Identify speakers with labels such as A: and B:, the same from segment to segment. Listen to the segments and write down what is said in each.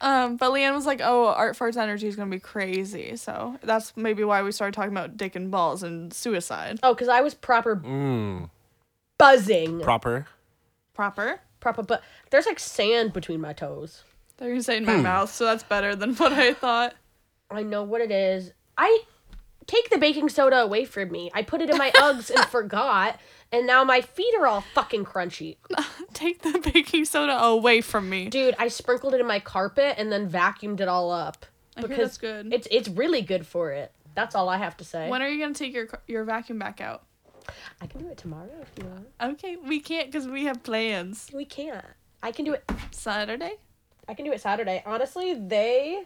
A: Um, but Leanne was like, "Oh, Art Fart's energy is gonna be crazy," so that's maybe why we started talking about dick and balls and suicide.
B: Oh, because I was proper buzzing.
C: Proper.
A: Proper.
B: proper, but there's like sand between my toes.
A: They're gonna say in my mouth, so that's better than what I thought.
B: I know what it is. I take the baking soda away from me. I put it in my Uggs and forgot, and now my feet are all fucking crunchy.
A: Take the baking soda away from me.
B: Dude, I sprinkled it in my carpet and then vacuumed it all up
A: I hear that's good.
B: It's it's really good for it. That's all I have to say.
A: When are you gonna take your your vacuum back out?
B: I can do it tomorrow if you want.
A: Okay, we can't because we have plans.
B: We can't. I can do it.
A: Saturday.
B: I can do it Saturday. Honestly, they.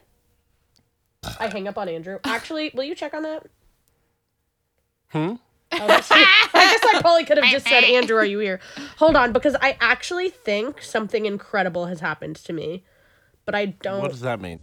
B: I hang up on Andrew. Actually, will you check on that?
C: Hmm?
B: Oh, that's- I guess I probably could have just said, Andrew, are you here? Hold on, because I actually think something incredible has happened to me, but I
A: Oh.
C: What
B: don't.
C: does that mean?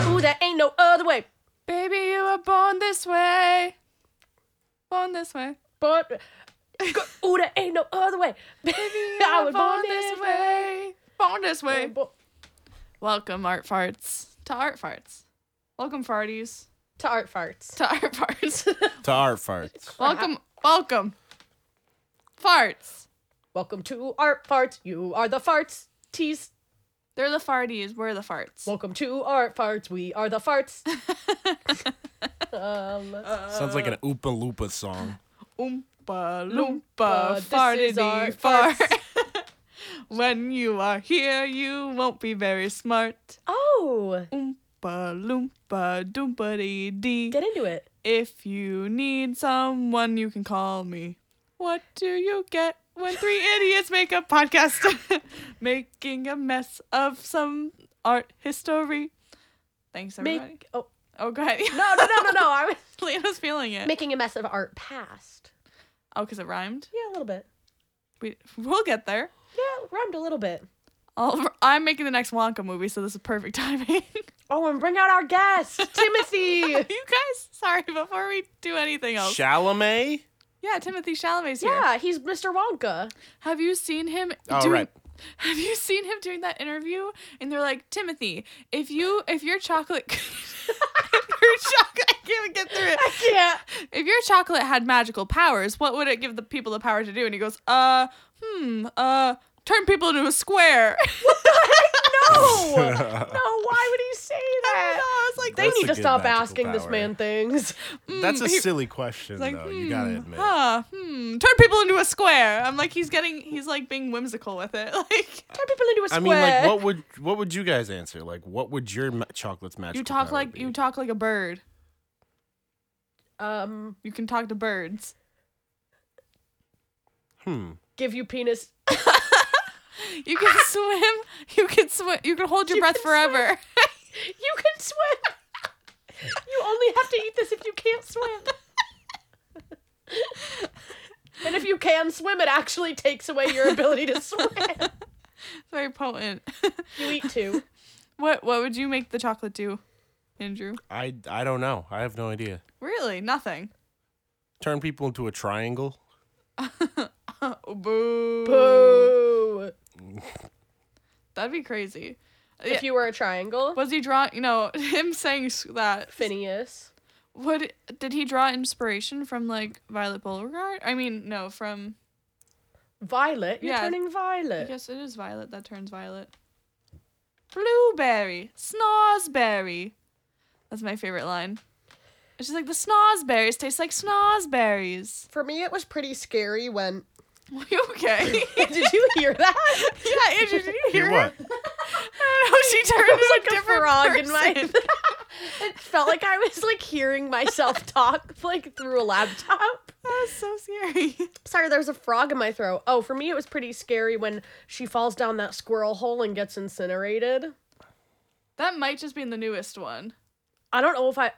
B: Ooh, that ain't no other way.
A: Baby, you were born this way. Born this way.
B: But. Ooh, that ain't no other way. I was born this way.
A: Born this way.
B: Bo-
A: Welcome, Art Farts, to Art Farts. Welcome, Farties,
B: To art farts.
A: to Art Farts.
C: To art farts.
A: welcome, welcome, Farts.
B: Welcome to art farts. You are the farts. Tease.
A: They're the Farties, we're the Farts.
B: Welcome to art farts. We are the farts. um,
C: Sounds like an
A: Uh.
C: Oopa Loopa song.
A: Oompa
B: Loompa,
A: Loompa
B: this is
A: Fartity
B: Art
A: Fart.
B: Farts.
A: when you are here, you won't be very smart.
B: oh,
A: Oompa Loompa Doompa Dee.
B: get into it.
A: If you need someone, you can call me. What do you get when three idiots make a podcast? Making a mess of some art history. Thanks, everybody.
B: Make oh
A: Oh, God.
B: no no no no no! I was
A: Lena's feeling it.
B: making a mess of art past.
A: oh, because it rhymed?
B: Yeah, a little bit.
A: We, we'll get there.
B: Yeah, it rhymed a little bit.
A: I'll, I'm making the next Wonka movie, so this is perfect timing.
B: Oh, and bring out our guest, Timothy.
A: you guys, sorry, before we do anything else.
C: Chalamet?
A: yeah, Timothy Chalamet's here.
B: Yeah, he's Mr. Wonka.
A: Have you seen him?
C: Oh,
A: doing,
C: right.
A: Have you seen him doing that interview? And they're like, Timothy, if you if your chocolate, if your chocolate, I can't even get through it.
B: Yeah.
A: If your chocolate had magical powers, what would it give the people the power to do? And he goes, uh, hmm, uh, turn people into a square.
B: Oh, No. no. Why would he say
A: I
B: that?
A: know, I was like,
B: They
C: That's
B: need
C: a
B: to
C: good
B: stop
C: magical
B: asking this
C: power.
B: man things.
C: That's a
A: Mm, he-
C: silly question,
A: like,
C: though. you gotta
A: hmm,
C: admit.
A: huh, hmm, turn people into a square. I'm like, he's getting, he's like being whimsical with it. Like,
B: Turn people into a
C: I
B: square.
C: mean, like, what would what would you guys answer? Like, what would your ma- chocolate's magical
A: you talk
C: power
A: like,
C: be?
A: you talk like a bird.
B: Um,
A: You can talk to birds.
C: Hmm.
B: give you penis.
A: You can swim. You can swim. You can hold your
B: You
A: breath
B: can
A: forever.
B: You can swim. you only have to eat this if you can't swim. and if you can swim, it actually takes away your ability to swim.
A: Very potent.
B: You eat two.
A: what What would you make the chocolate do, Andrew?
C: I I don't know. I have no idea.
A: Really, nothing.
C: Turn people into a triangle.
A: Oh, boo.
B: Boo.
A: That'd be crazy.
B: If you were a triangle,
A: Was he drawing? You know, him saying s- that.
B: Phineas.
A: What did he draw inspiration from? Like Violet Beauregard? I mean, no, from.
B: Violet, you're
A: Yeah.
B: turning
A: I
B: violet.
A: guess it is Violet that turns violet. Blueberry, snozzberry. That's my favorite line. It's just like the snozzberries taste like snozzberries.
B: For me, it was pretty scary when.
A: Are you okay?
B: Did you hear that?
A: yeah, Andrew, did you hear
C: Hear what?
A: I don't know, she turned
B: was
A: into
B: like a
A: different
B: frog in my-
A: person.
B: It felt like I was like hearing myself talk like through a laptop.
A: That was so scary.
B: Sorry, there was a frog in my throat. Oh, for me, it was pretty scary when she falls down that squirrel hole and gets incinerated.
A: That might just be in the newest one.
B: I don't know if I.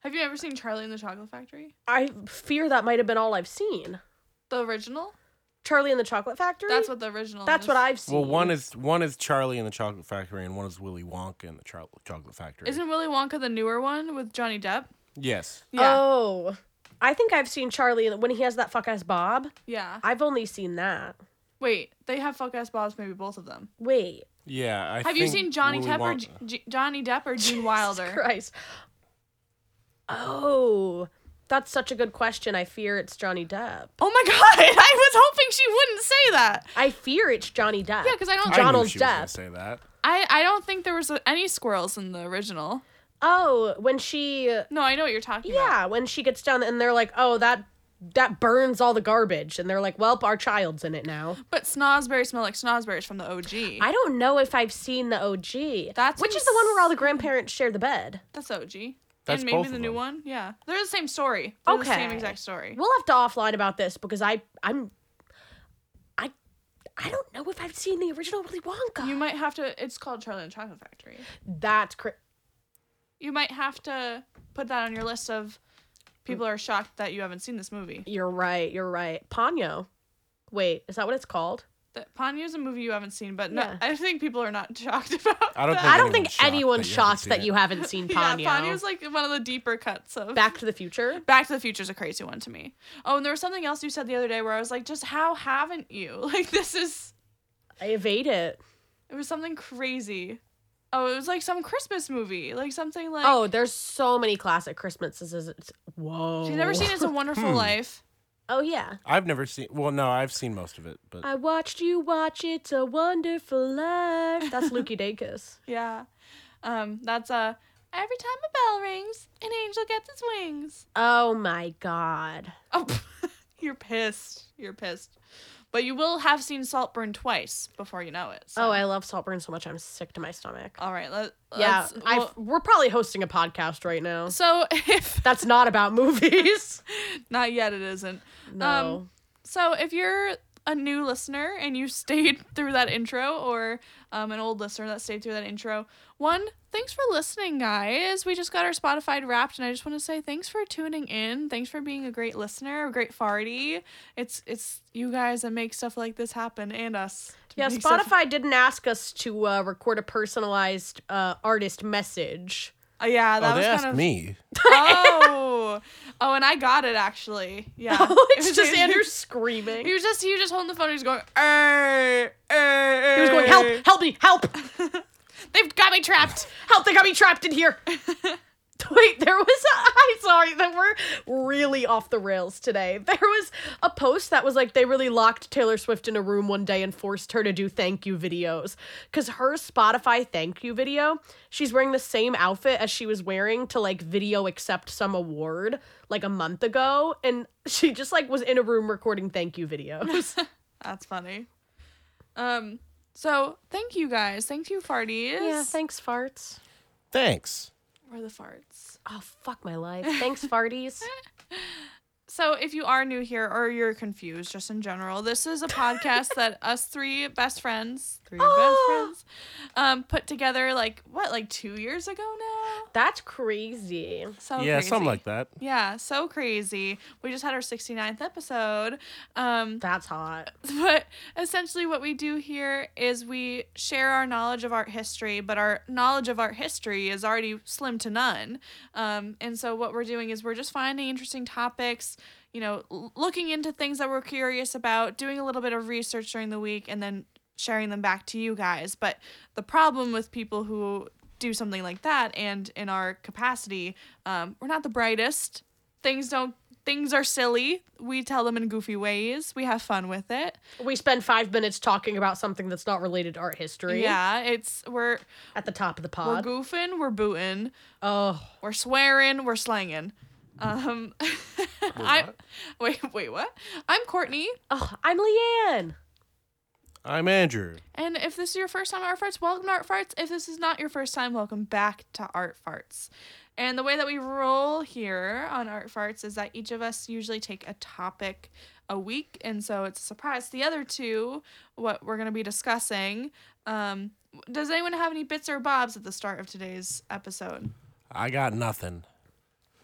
A: Have you ever seen Charlie and the Chocolate Factory?
B: I fear that might have been all I've seen.
A: The original?
B: Charlie and the Chocolate Factory.
A: That's what the original
B: That's
A: is.
B: what I've seen.
C: Well, one is one is Charlie and the Chocolate Factory, and one is Willy Wonka and the Char- Chocolate Factory.
A: Isn't Willy Wonka the newer one with Johnny Depp?
C: yes,
B: Oh, I think I've seen Charlie when he has that fuck ass bob.
A: Yeah.
B: I've only seen that.
A: Wait, they have fuck ass bobs, maybe both of them.
B: Wait,
C: yeah. I
A: Have you
C: think
A: seen Johnny
C: Willy
A: Depp or
C: Wonka-
A: G- G- Johnny Depp or Gene
B: Jesus
A: Wilder?
B: Christ. Oh, that's such a good question. I fear it's Johnny Depp.
A: Oh my god, I was hoping she wouldn't say that.
B: I fear it's Johnny Depp.
A: Yeah, because I don't
C: I knew
B: Donald
C: she was gonna
B: Depp.
C: say that.
A: I, I don't think there was uh, any squirrels in the original.
B: oh, when she
A: No, I know what you're talking about.
B: yeah, when she gets down and they're like, oh that that burns all the garbage, and they're like, well, our child's in it now.
A: But snozberries smell like snozberries from the OG.
B: I don't know if I've seen the OG.
A: That's
B: which is the one where all the grandparents share the bed.
A: That's OG.
C: That's
A: and maybe
C: both
A: the
C: of
A: new
C: them.
A: one. Yeah. They're the same story. They're The same
B: Okay.
A: exact story.
B: We'll have to offline about this because I I'm I I don't know if I've seen the original Willy Wonka.
A: You might have to. It's called Charlie and the Chocolate Factory.
B: That's cra-
A: You might have to put that on your list of people are shocked that you haven't seen this movie.
B: You're right. You're right. Ponyo. Wait, is that what it's called?
A: That Ponyo is a movie you haven't seen, but no,
B: Yeah.
A: I think people are not shocked about.
C: I don't
A: that.
B: I
C: think
B: don't think
C: anyone's shocked
B: anyone
C: that you haven't
B: shocked
C: seen
B: that you
C: it.
B: haven't seen Ponyo.
A: Yeah, Ponyo's like one of the deeper cuts of.
B: Back to the Future.
A: Back to the Future is a crazy one to me. Oh, and there was something else you said the other day where I was like, just how haven't you? Like this is.
B: I evade it.
A: It was something crazy. Oh, it was like some Christmas movie, like something like.
B: Oh, there's so many classic Christmases. Is it- Whoa.
A: Have you never seen It's a Wonderful Life?
B: Oh yeah.
C: I've never seen. Well, no, I've seen most of it,
A: Uh,
C: but
B: I watched you watch It's a Wonderful Life. That's Lukey Dacus.
A: Yeah. Um, that's uh every time a bell rings, an angel gets its wings.
B: Oh my God.
A: Oh, you're pissed. You're pissed. But you will have seen Saltburn twice before you know it. so-
B: Oh, I love Saltburn so Uh, much. I'm sick to my stomach.
A: All right. Let,
B: yeah,
A: let's-
B: I.
A: well,
B: We're probably hosting a podcast right now.
A: so if
B: That's not about movies.
A: not yet, it isn't.
B: No.
A: So if you're a new listener and you stayed through that intro, or um, an old listener that stayed through that intro, one, thanks for listening, guys. We just got our Spotify wrapped, and I just want to say thanks for tuning in. Thanks for being a great listener, a great farty. It's it's you guys that make stuff like this happen, and us. to
B: Yeah,
A: make stuff-
B: Spotify didn't ask us to uh, record a personalized uh, artist message.
A: Uh, yeah, that
C: oh,
A: was
C: they asked
A: kind of
C: me.
A: oh oh, and I got it actually. Yeah,
B: Oh, it's just Andrew
A: Andrew's.
B: screaming.
A: He was just he was just holding the phone. He was going, "Err, err."
B: He was going, help, help me, help,
A: They've got me trapped.
B: help! They got me trapped in here. Wait, there was. A, I'm sorry that we're really off the rails today. There was a post that was like they really locked Taylor Swift in a room one day and forced her to do thank you videos because her Spotify thank you video, she's wearing the same outfit as she was wearing to like video accept some award like a month ago, and she just like was in a room recording thank you videos.
A: That's funny. Um, so thank you guys. Thank you, farties.
B: yeah, thanks farts.
C: Thanks.
A: We're the farts.
B: Oh fuck my life. Thanks farties.
A: So if you are new here or you're confused just in general, this is a podcast that us three best friends, three best friends, um, put together like what, like two years ago now?
B: That's crazy.
A: So
C: yeah,
A: Oh, crazy.
C: something like that.
A: Yeah, so crazy. We just had our 69th episode. Um,
B: That's hot.
A: but essentially what we do here is we share our knowledge of art history but our knowledge of art history is already slim to none um, and so what we're doing is we're just finding interesting topics you know l- looking into things that we're curious about doing a little bit of research during the week and then sharing them back to you guys but the problem with people who do something like that and in our capacity um, we're not the brightest things don't things are silly we tell them in goofy ways we have fun with it
B: We spend five minutes talking about something that's not related to art history.
A: yeah it's we're
B: At the top of the
A: we're
B: pod.
A: goofing we're booting
B: oh.
A: we're swearing we're slanging um i
C: what?
A: wait wait what i'm courtney
B: Oh, I'm Leanne.
C: I'm Andrew.
A: and if this is your first time at art farts welcome to art farts if this is not your first time welcome back to art farts and the way that we roll here on art farts is that each of us usually take a topic a week, and so it's a surprise. The other two, what we're going to be discussing, um, does anyone have any bits or bobs at the start of today's episode?
C: I got nothing.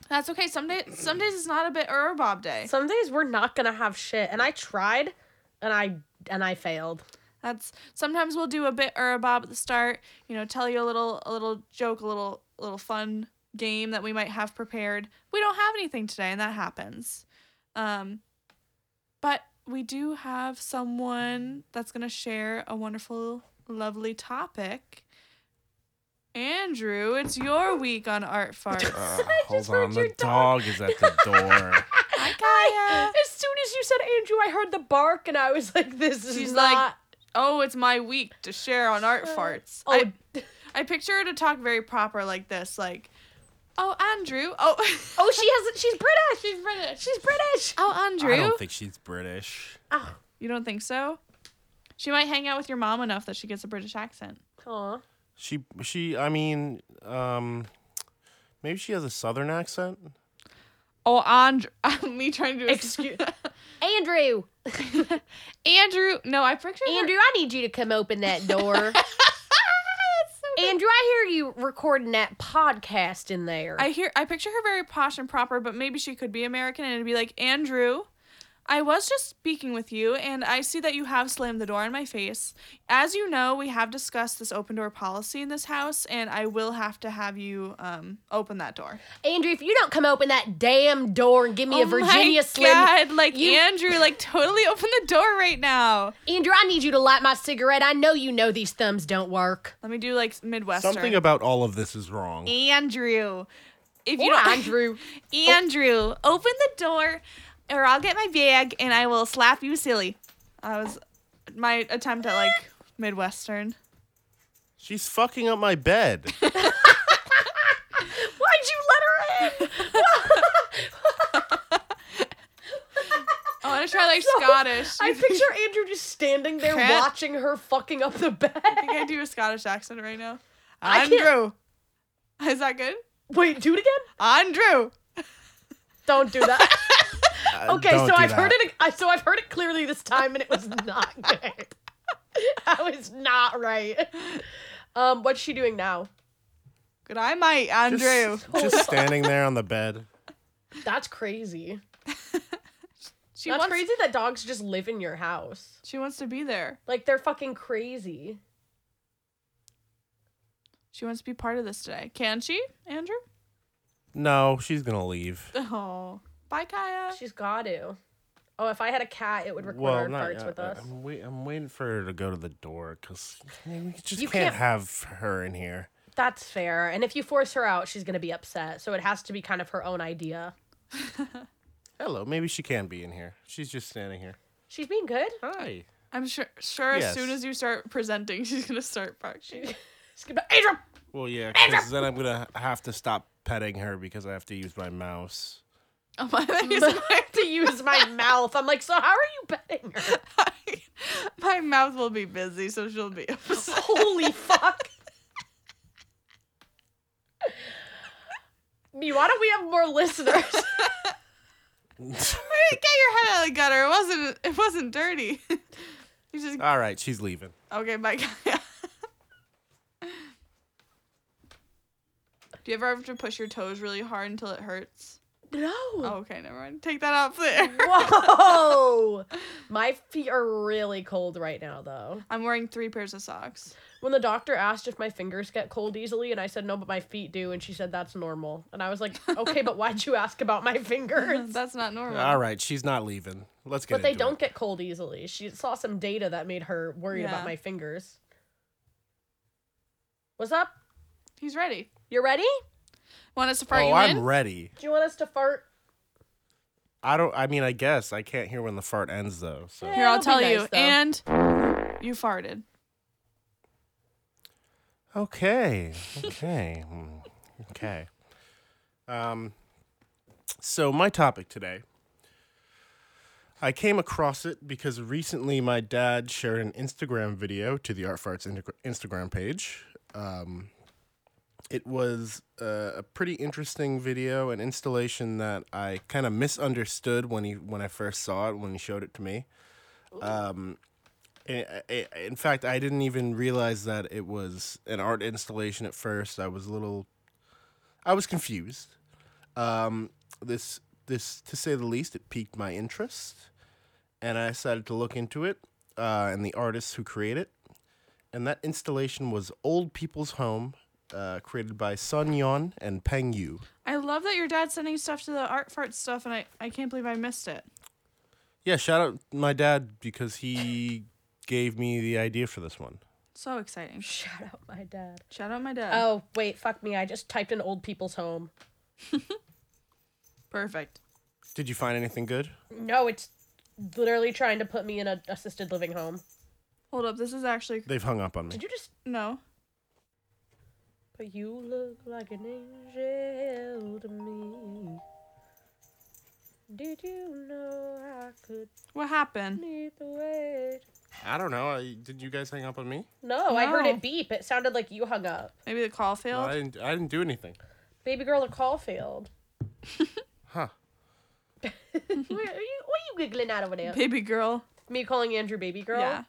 A: That's okay. Some day, some days it's not a bit or a bob day.
B: Some days we're not gonna have shit, and I tried, and I and I failed.
A: That's sometimes we'll do a bit or a bob at the start. You know, tell you a little a little joke, a little little fun game that we might have prepared. We don't have anything today, and that happens. Um, but we do have someone that's gonna share a wonderful, lovely topic. Andrew, it's your week on art farts.
C: Uh, hold
B: heard
C: on, the
B: your
C: dog. is at the door.
A: Hi,
B: I,
A: Kaya.
B: as soon as you said Andrew, I heard the bark, and I was like, "This is
A: She's like,
B: not."
A: Oh, it's my week to share on art farts.
B: oh,
A: I, I picture her to talk very proper like this, like, oh Andrew, oh,
B: oh, she hasn't. She's British.
A: she's British.
B: She's British.
A: Oh Andrew,
C: I don't think she's British.
B: Oh,
A: you don't think so? She might hang out with your mom enough that she gets a British accent.
B: aw.
C: She she. I mean, um, maybe she has a southern accent.
A: Oh Andrew, me trying to
B: Excuse- Andrew,
A: Andrew. No, I picture her-
B: Andrew, I need you to come open that door. Andrew, I hear you recording that podcast in there.
A: I hear I picture her very posh and proper, but maybe she could be American and it'd be like, Andrew, I was just speaking with you and I see that you have slammed the door in my face. As you know, we have discussed this open door policy in this house and I will have to have you um open that door. Oh
B: Andrew, if you don't come open that damn door and give me a Virginia
A: my
B: Slim,
A: God, like
B: you-
A: Andrew, like totally open the door right now.
B: Andrew, I need you to light my cigarette. I know you know these thumbs don't work.
A: Let me do like Midwestern.
C: Something about all of this is wrong.
A: E- Andrew. If you
B: Or
A: don't
B: Andrew.
A: Oh. Andrew, open the door, or I'll get my bag and I will slap you silly. I was my attempt at like Midwestern.
C: She's fucking up my bed.
B: Why'd you let her in?
A: I want to try like Scottish.
B: I picture Andrew just standing there
A: Cat.
B: watching her fucking up the bed.
A: I think I do a Scottish accent right now.
B: I can't-
A: Andrew, is that good?
B: Wait, do it again?
A: Andrew,
B: Don't do that.
C: Uh,
B: Okay,
C: don't
B: so
C: do
B: I've
C: that.
B: heard it. I- So I've heard it clearly this time, and it was not good. I was not right. Um, what's she doing now?
A: good I might Andrew.
C: Just, just standing there on the bed.
B: That's crazy.
A: she
B: That's
A: wants
B: crazy that dogs just live in your house.
A: she wants to be there.
B: Like they're fucking crazy.
A: She wants to be part of this today. Can she, Andrew?
C: No, she's gonna leave.
A: Oh, bye Kaya.
B: She's got to. Oh, if I had a cat, it would record
C: Well,
B: our
C: not
B: parts
C: yet.
B: with us.
C: I'm, wait, I'm waiting for her to go to the door because we just
B: You
C: can't
B: can't-
C: have her in here.
B: That's fair. And if you force her out, she's gonna be upset. So it has to be kind of her own idea.
C: Hello, maybe she can be in here. She's just standing here.
B: She's being good.
C: Hi.
A: I'm sure sure as
C: Yes.
A: soon as you start presenting, she's gonna start barking.
B: She's gonna be, Adrian.
C: Well, yeah, because then I'm gonna have to stop petting her because I have to use my mouse.
A: Oh my
B: I have to use my mouth. I'm like, so how are you petting her?
A: my mouth will be busy, so she'll be upset.
B: Holy fuck. Me, why don't we have more listeners?
A: Get your head out of the gutter. It wasn't. It wasn't dirty. you just
C: All right, she's leaving.
A: okay. Bye. Kaya. Do you ever have to push your toes really hard until it hurts?
B: no.
A: Oh, okay, never mind. Take that off there.
B: Whoa! My feet are really cold right now, though.
A: I'm wearing three pairs of socks.
B: When the doctor asked if my fingers get cold easily, and I said no, but my feet do, and she said that's normal. And I was like, okay, but why'd you ask about my fingers?
A: That's not normal.
C: All right, she's not leaving. Let's get.
B: Hmm. But they
C: into it.
B: don't get cold easily. She saw some data that made her worried
A: Yeah.
B: about my fingers. What's up?
A: He's ready.
B: You ready?
A: Want us to fart
C: Oh,
A: you
C: I'm
A: in?
C: ready.
B: Do you want us to fart?
C: I don't. I mean, I guess I can't hear when the fart ends though. So
B: Yeah.
A: Here, I'll
B: That'll
A: tell
B: be
A: you.
B: nice, though.
A: and you farted.
C: okay, okay, Hmm. okay. Um, so my topic today. I came across it because recently my dad shared an Instagram video to the Art Farts Insta- Instagram page. Um, It was uh, a pretty interesting video, an installation that I kind of misunderstood when he when I first saw it when he showed it to me. Um, i- i- in fact, I didn't even realize that it was an art installation at first. I was a little, I was confused. Um, this this to say the least, it piqued my interest, and I decided to look into it uh, and the artists who create it. And that installation was Old People's Home, uh, created by Sun Yon and Peng Yu.
A: I love that your dad's sending stuff to the art fart stuff, and I, I can't believe I missed it.
C: Yeah, shout out my dad because he gave me the idea for this one.
A: So exciting.
B: Shout out my dad.
A: Shout out my dad.
B: Oh, wait, fuck me. I just typed in old people's home.
A: Perfect.
C: Did you find anything good?
B: No, it's literally trying to put me in an assisted living home.
A: Hold up. This is actually
C: They've hung up on me.
B: Did you just.
A: no.
B: But you look like an angel to me. Did you know I could
A: What happened?
B: need the weight?
C: I don't know. I, did you guys hang up on me?
B: No, I heard
A: No.
B: it beep. It sounded like you hung up.
A: Maybe the call
C: No,
A: failed.
C: I didn't. I didn't do anything.
B: Baby girl at Caulfield.
C: Huh?
B: what, are you, what are you giggling at over there?
A: Baby girl.
B: Me calling Andrew baby girl?
A: Yeah.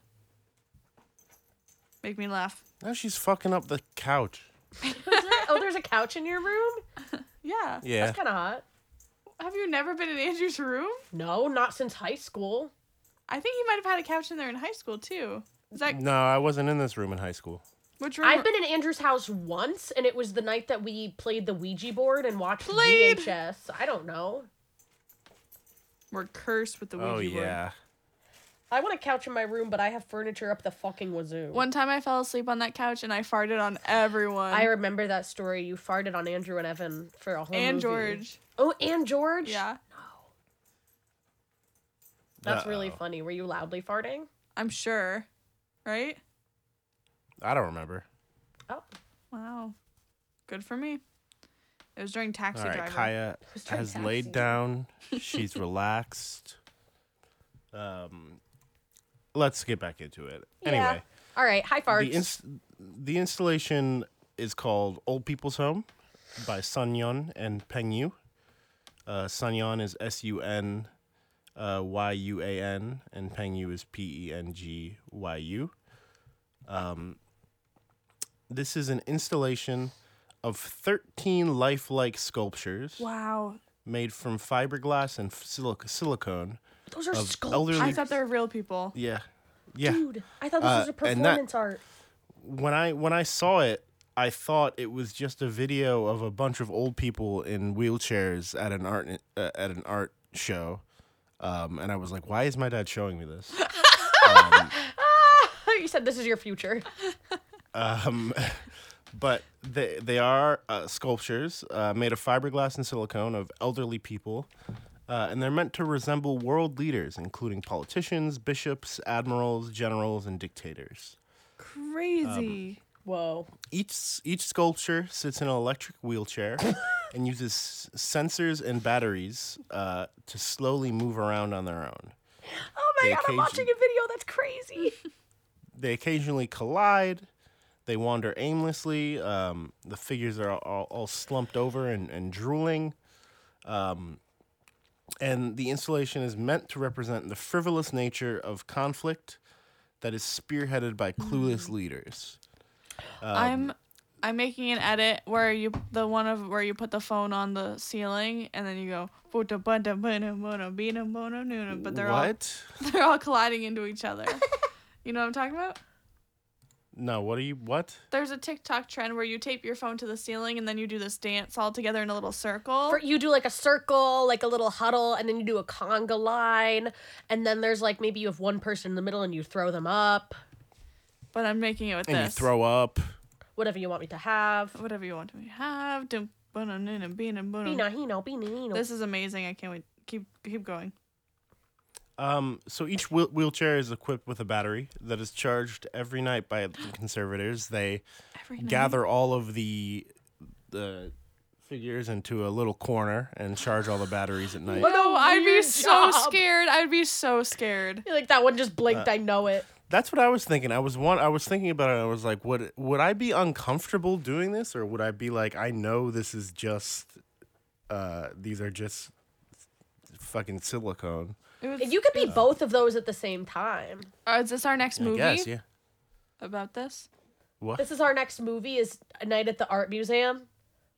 A: Make me laugh.
C: Now she's fucking up the couch.
B: Is there- oh, there's a couch in your room?
A: Yeah.
C: Yeah.
B: That's kind of hot.
A: Have you never been in Andrew's room?
B: No, not since high school.
A: I think he might have had a couch in there in high school too. Is that
C: No, I wasn't in this room in high school.
A: which room?
B: I've been in Andrew's house once, and it was the night that we played the Ouija board and watched
A: Played.
B: VHS. I don't know.
A: We're cursed with the Ouija
C: Oh
A: board.
C: yeah.
B: I want a couch in my room, but I have furniture up the fucking wazoo.
A: One time I fell asleep on that couch and I farted on everyone.
B: I remember that story. You farted on Andrew and Evan for a whole
A: and
B: movie.
A: George.
B: Oh, and George.
A: Yeah.
B: That's really
C: Uh-oh.
B: funny. Were you loudly farting?
A: I'm sure. Right?
C: I don't remember.
B: Oh,
A: Wow. Good for me. It was during taxi
C: All right,
A: driver.
C: Kaya
B: Who's trying
C: has
B: to
C: laid
B: ask?
C: down. She's relaxed. Um, let's get back into it. Anyway,
B: All right. High farts.
C: the ins- the installation is called "Old People's Home" by Sun Yon and Peng Yu. Uh, Sun Yon is S U N uh, Y U A N, and Peng Yu is P E N G Y U. Um, this is an installation of 13 lifelike sculptures
A: Wow.
C: made from fiberglass and silic- silicone.
B: Those are
C: of
B: sculptures.
C: elderly-
A: I thought they were real people.
C: Yeah, yeah.
B: Dude, I thought this
C: Uh,
B: was a
C: and that-
B: performance art.
C: When I when I saw it, I thought it was just a video of a bunch of old people in wheelchairs at an art uh, at an art show, um, and I was like, "Why is my dad showing me this?"
B: you said this is your future.
C: um, but they they are uh, sculptures uh, made of fiberglass and silicone of elderly people. Uh, and they're meant to resemble world leaders, including politicians, bishops, admirals, generals, and dictators.
A: Crazy.
B: Whoa.
C: Each each sculpture sits in an electric wheelchair and uses s- sensors and batteries uh, to slowly move around on their own.
B: Oh my
C: The
B: god, I'm
C: occasion-
B: watching a video. That's crazy.
C: They occasionally collide. They wander aimlessly. Um, the figures are all, all slumped over and, and drooling. Um, and the installation is meant to represent the frivolous nature of conflict that is spearheaded by
A: Mm.
C: clueless leaders. um,
A: I'm I'm making an edit where you the one of where you put the phone on the ceiling and then you go "Bota bota bota bota bina bona nuna," but they're
C: what?
A: all they're all colliding into each other. you know what I'm talking about?
C: No, what are you? What?
A: There's a TikTok trend where you tape your phone to the ceiling and then you do this dance all together in a little circle.
B: For- you do like a circle, like a little huddle, and then you do a conga line, and then there's like maybe you have one person in the middle and you throw them up,
A: but I'm making it with
C: And you
A: this.
C: throw up.
B: whatever you want me to have.
A: whatever you want me to have. Dum bona nuna bina
B: Bina,
A: bona.
B: hino, bina, hino.
A: This is amazing. I can't wait. Keep keep going.
C: Um, so each wheel- wheelchair is equipped with a battery that is charged every night by the conservators. They
A: Every night.
C: gather all of the the figures into a little corner and charge all the batteries at night.
B: What a
A: No, I'd be
B: weird
A: so
B: job.
A: scared. I'd be so scared.
B: You're like that one just blinked. I know it.
C: That's what I was thinking. I was one. I was thinking about it. And I was like, would would I be uncomfortable doing this, or would I be like, I know this is just, uh, these are just fucking silicone.
A: It was,
B: You could be both of those at the same time.
A: uh, is this our next movie
C: I guess, yeah.
A: about this?
C: What
B: This is our next movie is A Night at the Art Museum.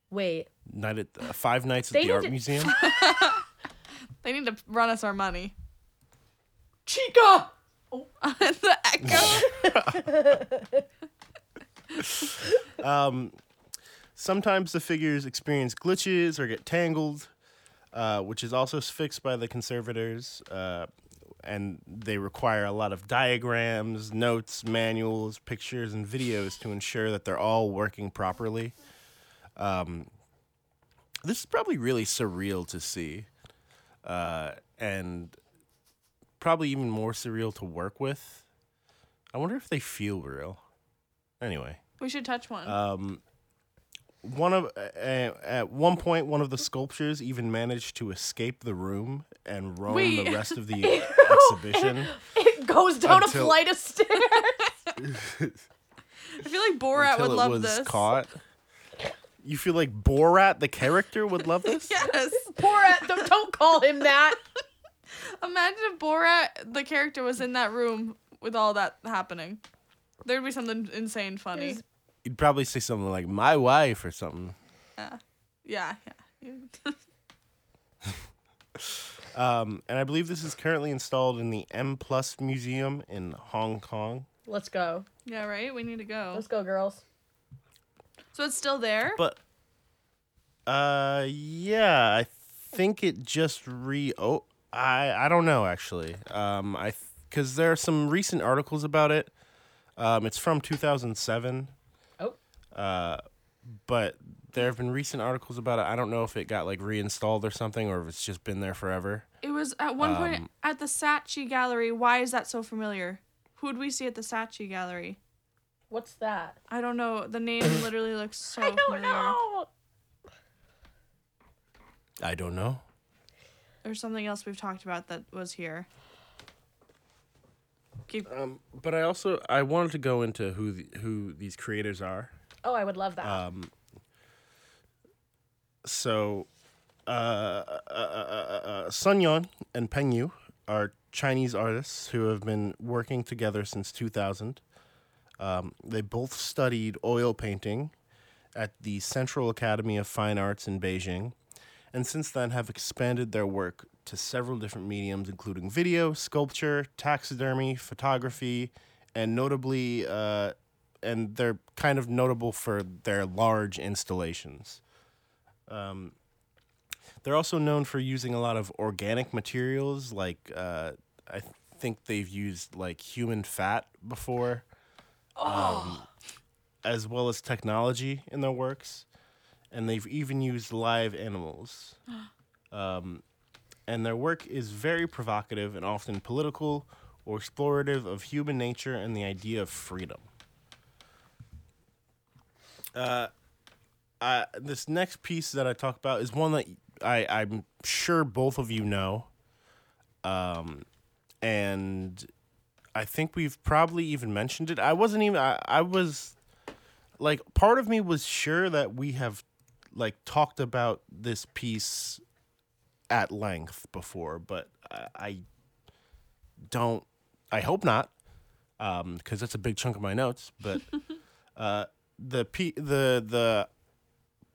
B: Wait.
C: night at uh, five nights
B: They
C: at the
B: need
C: art
B: to-
C: museum?
A: They need to run us our money.
B: Chica!
A: the echo.
C: Sometimes the figures experience glitches or get tangled, uh, which is also fixed by the conservators. Uh, and they require a lot of diagrams, notes, manuals, pictures, and videos to ensure that they're all working properly. Um, this is probably really surreal to see, uh, and probably even more surreal to work with. I wonder if they feel real. Anyway
A: we should touch one.
C: Uh, one of uh, at one point one of the sculptures even managed to escape the room and roam
A: Wait.
C: the rest of the e-, exhibition
B: It goes down a
C: Until-
B: flight of stairs.
A: I feel like Borat would
C: until it
A: love
C: was
A: this.
C: caught. You feel like Borat the character would love this?
A: Yes.
B: Borat, don't, don't call him that.
A: Imagine if Borat, the character, was in that room with all that happening. There'd be something insane funny.
B: Is-
C: You'd probably say something like my wife or something.
A: yeah, yeah.
C: Um, and I believe this is currently installed in the M Plus Museum in Hong Kong.
B: Let's go.
A: yeah, right? We need to go.
B: Let's go, girls.
A: So it's still there?
C: But uh yeah, I think it just re oh I I don't know actually. Um I cuz there are some recent articles about it. Um it's from 2007,
B: Oh.
C: uh, but there have been recent articles about it. I don't know if it got like reinstalled or something or if it's just been there forever.
A: It was at one
C: Um,
A: point at the Saatchi Gallery. Why is that so familiar? Who'd we see at the Saatchi Gallery?
B: What's that? Oh, hmm.
A: I don't know. The name literally looks so
B: I don't
A: familiar.
B: know.
C: I don't know.
A: There's something else we've talked about that was here. Keep
C: Um but I also I wanted to go into who the, who these creators are.
B: Oh, I would love that.
C: So, uh, uh, uh, uh, uh, Sun Yan and Peng Yu are Chinese artists who have been working together since 2000. Um, they both studied oil painting at the Central Academy of Fine Arts in Beijing, and since then have expanded their work to several different mediums, including video, sculpture, taxidermy, photography, and notably, uh, and they're kind of notable for their large installations. They're also known for using a lot of organic materials, like uh, I think they've used like human fat before, um, as well as technology in their works, and they've even used live animals. Um, and their work is very provocative and often political or explorative of human nature and the idea of freedom. uh, this next piece that I talk about is one that I, I'm sure both of you know. Um, and I think we've probably even mentioned it. I wasn't even, I, I was like, part of me was sure that we have like talked about this piece at length before, but I, I don't, I hope not. Um, cause that's a big chunk of my notes, but, uh, the, p the, the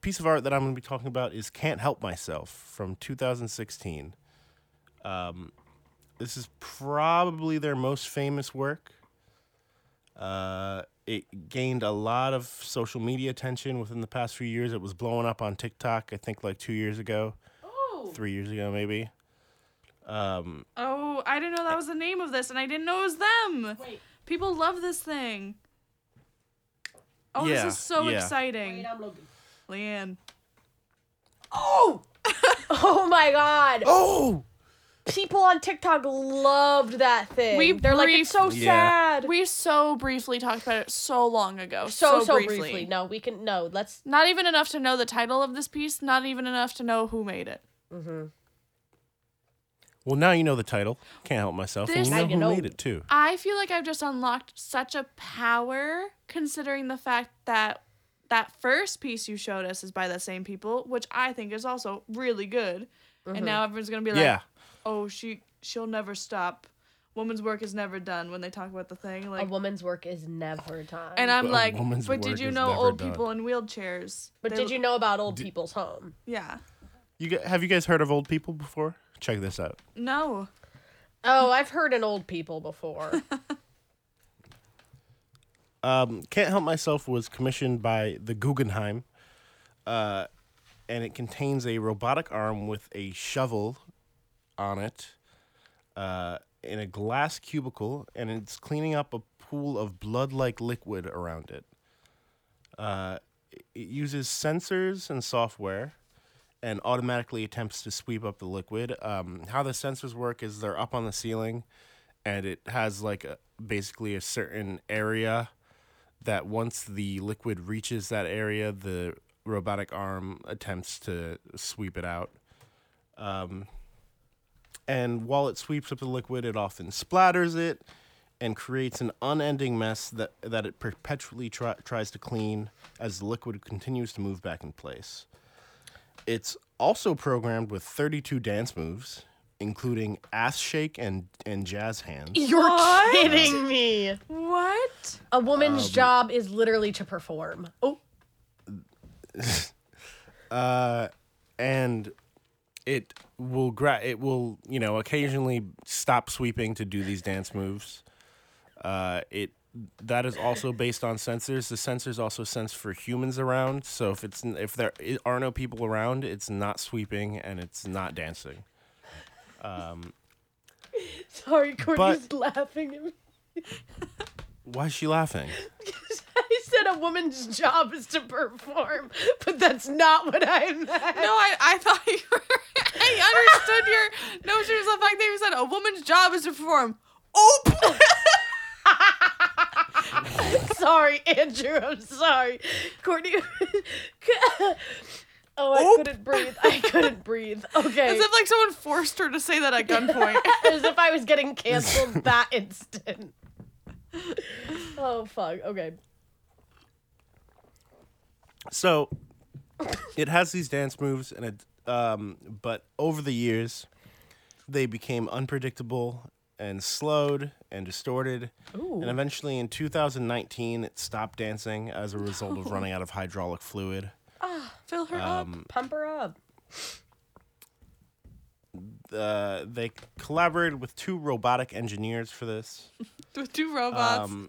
C: piece of art that I'm going to be talking about is Can't Help Myself from 2016. Um, this is probably their most famous work. Uh, it gained a lot of social media attention within the past few years. It was blowing up on TikTok, I think, like two years ago,
B: oh.
C: three years ago, maybe.
A: Oh, I didn't know that was the name of this, and I didn't know it was them.
B: Wait.
A: People love this thing. Oh,
C: Yeah,
A: this is so
C: yeah.
A: exciting,
B: I'm looking.
A: Leanne.
B: Oh! oh my god.
C: Oh!
B: People on TikTok loved that thing.
A: We
B: They're like, it's so
C: brief- Yeah.
B: sad.
A: We so briefly talked about it so long ago.
B: so, so, briefly. No, we can, no, let's,
A: Not even enough to know the title of this piece, not even enough to know who made it.
C: Well, now you know the title. Can't help myself.
A: This-
C: and you know
B: Now you
C: who
B: know.
C: made it too.
A: I feel like I've just unlocked such a power considering the fact that that first piece you showed us is by the same people, which I think is also really good. And now everyone's going to be like,
C: Mm-hmm. Yeah.
A: "Oh, she she'll never stop. Woman's work is never done" when they talk about the thing
B: A
A: like
B: woman's work is never done.
A: and I'm
C: A
A: like,
C: woman's
A: "But did
C: work
A: you
C: is
A: know
C: never
A: old
C: done."
A: people in wheelchairs?"
B: but
A: They-
B: did you know about old people's home?
A: Yeah.
C: You g- have you guys heard of old people before? Check this out.
A: No.
B: Oh, I've heard an old people before.
C: Um, Can't Help Myself was commissioned by the Guggenheim, uh, and it contains a robotic arm with a shovel on it uh, in a glass cubicle, and it's cleaning up a pool of blood like liquid around it. Uh, it it uses sensors and software. And automatically attempts to sweep up the liquid. Um, how the sensors work is they're up on the ceiling, and it has like a, basically a certain area that once the liquid reaches that area, the robotic arm attempts to sweep it out. Um, and while it sweeps up the liquid, it often splatters it and creates an unending mess that, that it perpetually try, tries to clean as the liquid continues to move back in place. It's also programmed with 32 dance moves, including ass shake and, and jazz hands.
B: You're
A: What?
B: kidding me.
A: What?
B: A woman's job is literally to perform. Oh,
C: and it will gra- it will you know occasionally stop sweeping to do these dance moves uh it that is also based on sensors the sensors also sense for humans around so if it's n- if there i- are no people around it's not sweeping and it's not dancing
B: sorry, Courtney's
C: But-
B: laughing at me.
C: why is she laughing
B: I said a woman's job is to perform, but that's not what I meant.
A: No, I, I thought you were. I understood your notion of the fact that you said a woman's job is to perform. Oh,
B: Sorry, Andrew. I'm sorry. Courtney. oh, I
A: Oop.
B: couldn't breathe. I couldn't breathe. Okay.
A: as if like someone forced her to say that at gunpoint.
B: As if I was getting canceled that instant. Oh, fuck. Okay.
C: So it has these dance moves, and it, um, but over the years, they became unpredictable and slowed and distorted.
B: Ooh.
C: And eventually in 2019, it stopped dancing as a result of running out of hydraulic fluid.
A: Fill her
C: Um,
A: up.
B: Pump her up.
C: Uh, they collaborated with two robotic engineers for this.
A: With two robots.
C: um,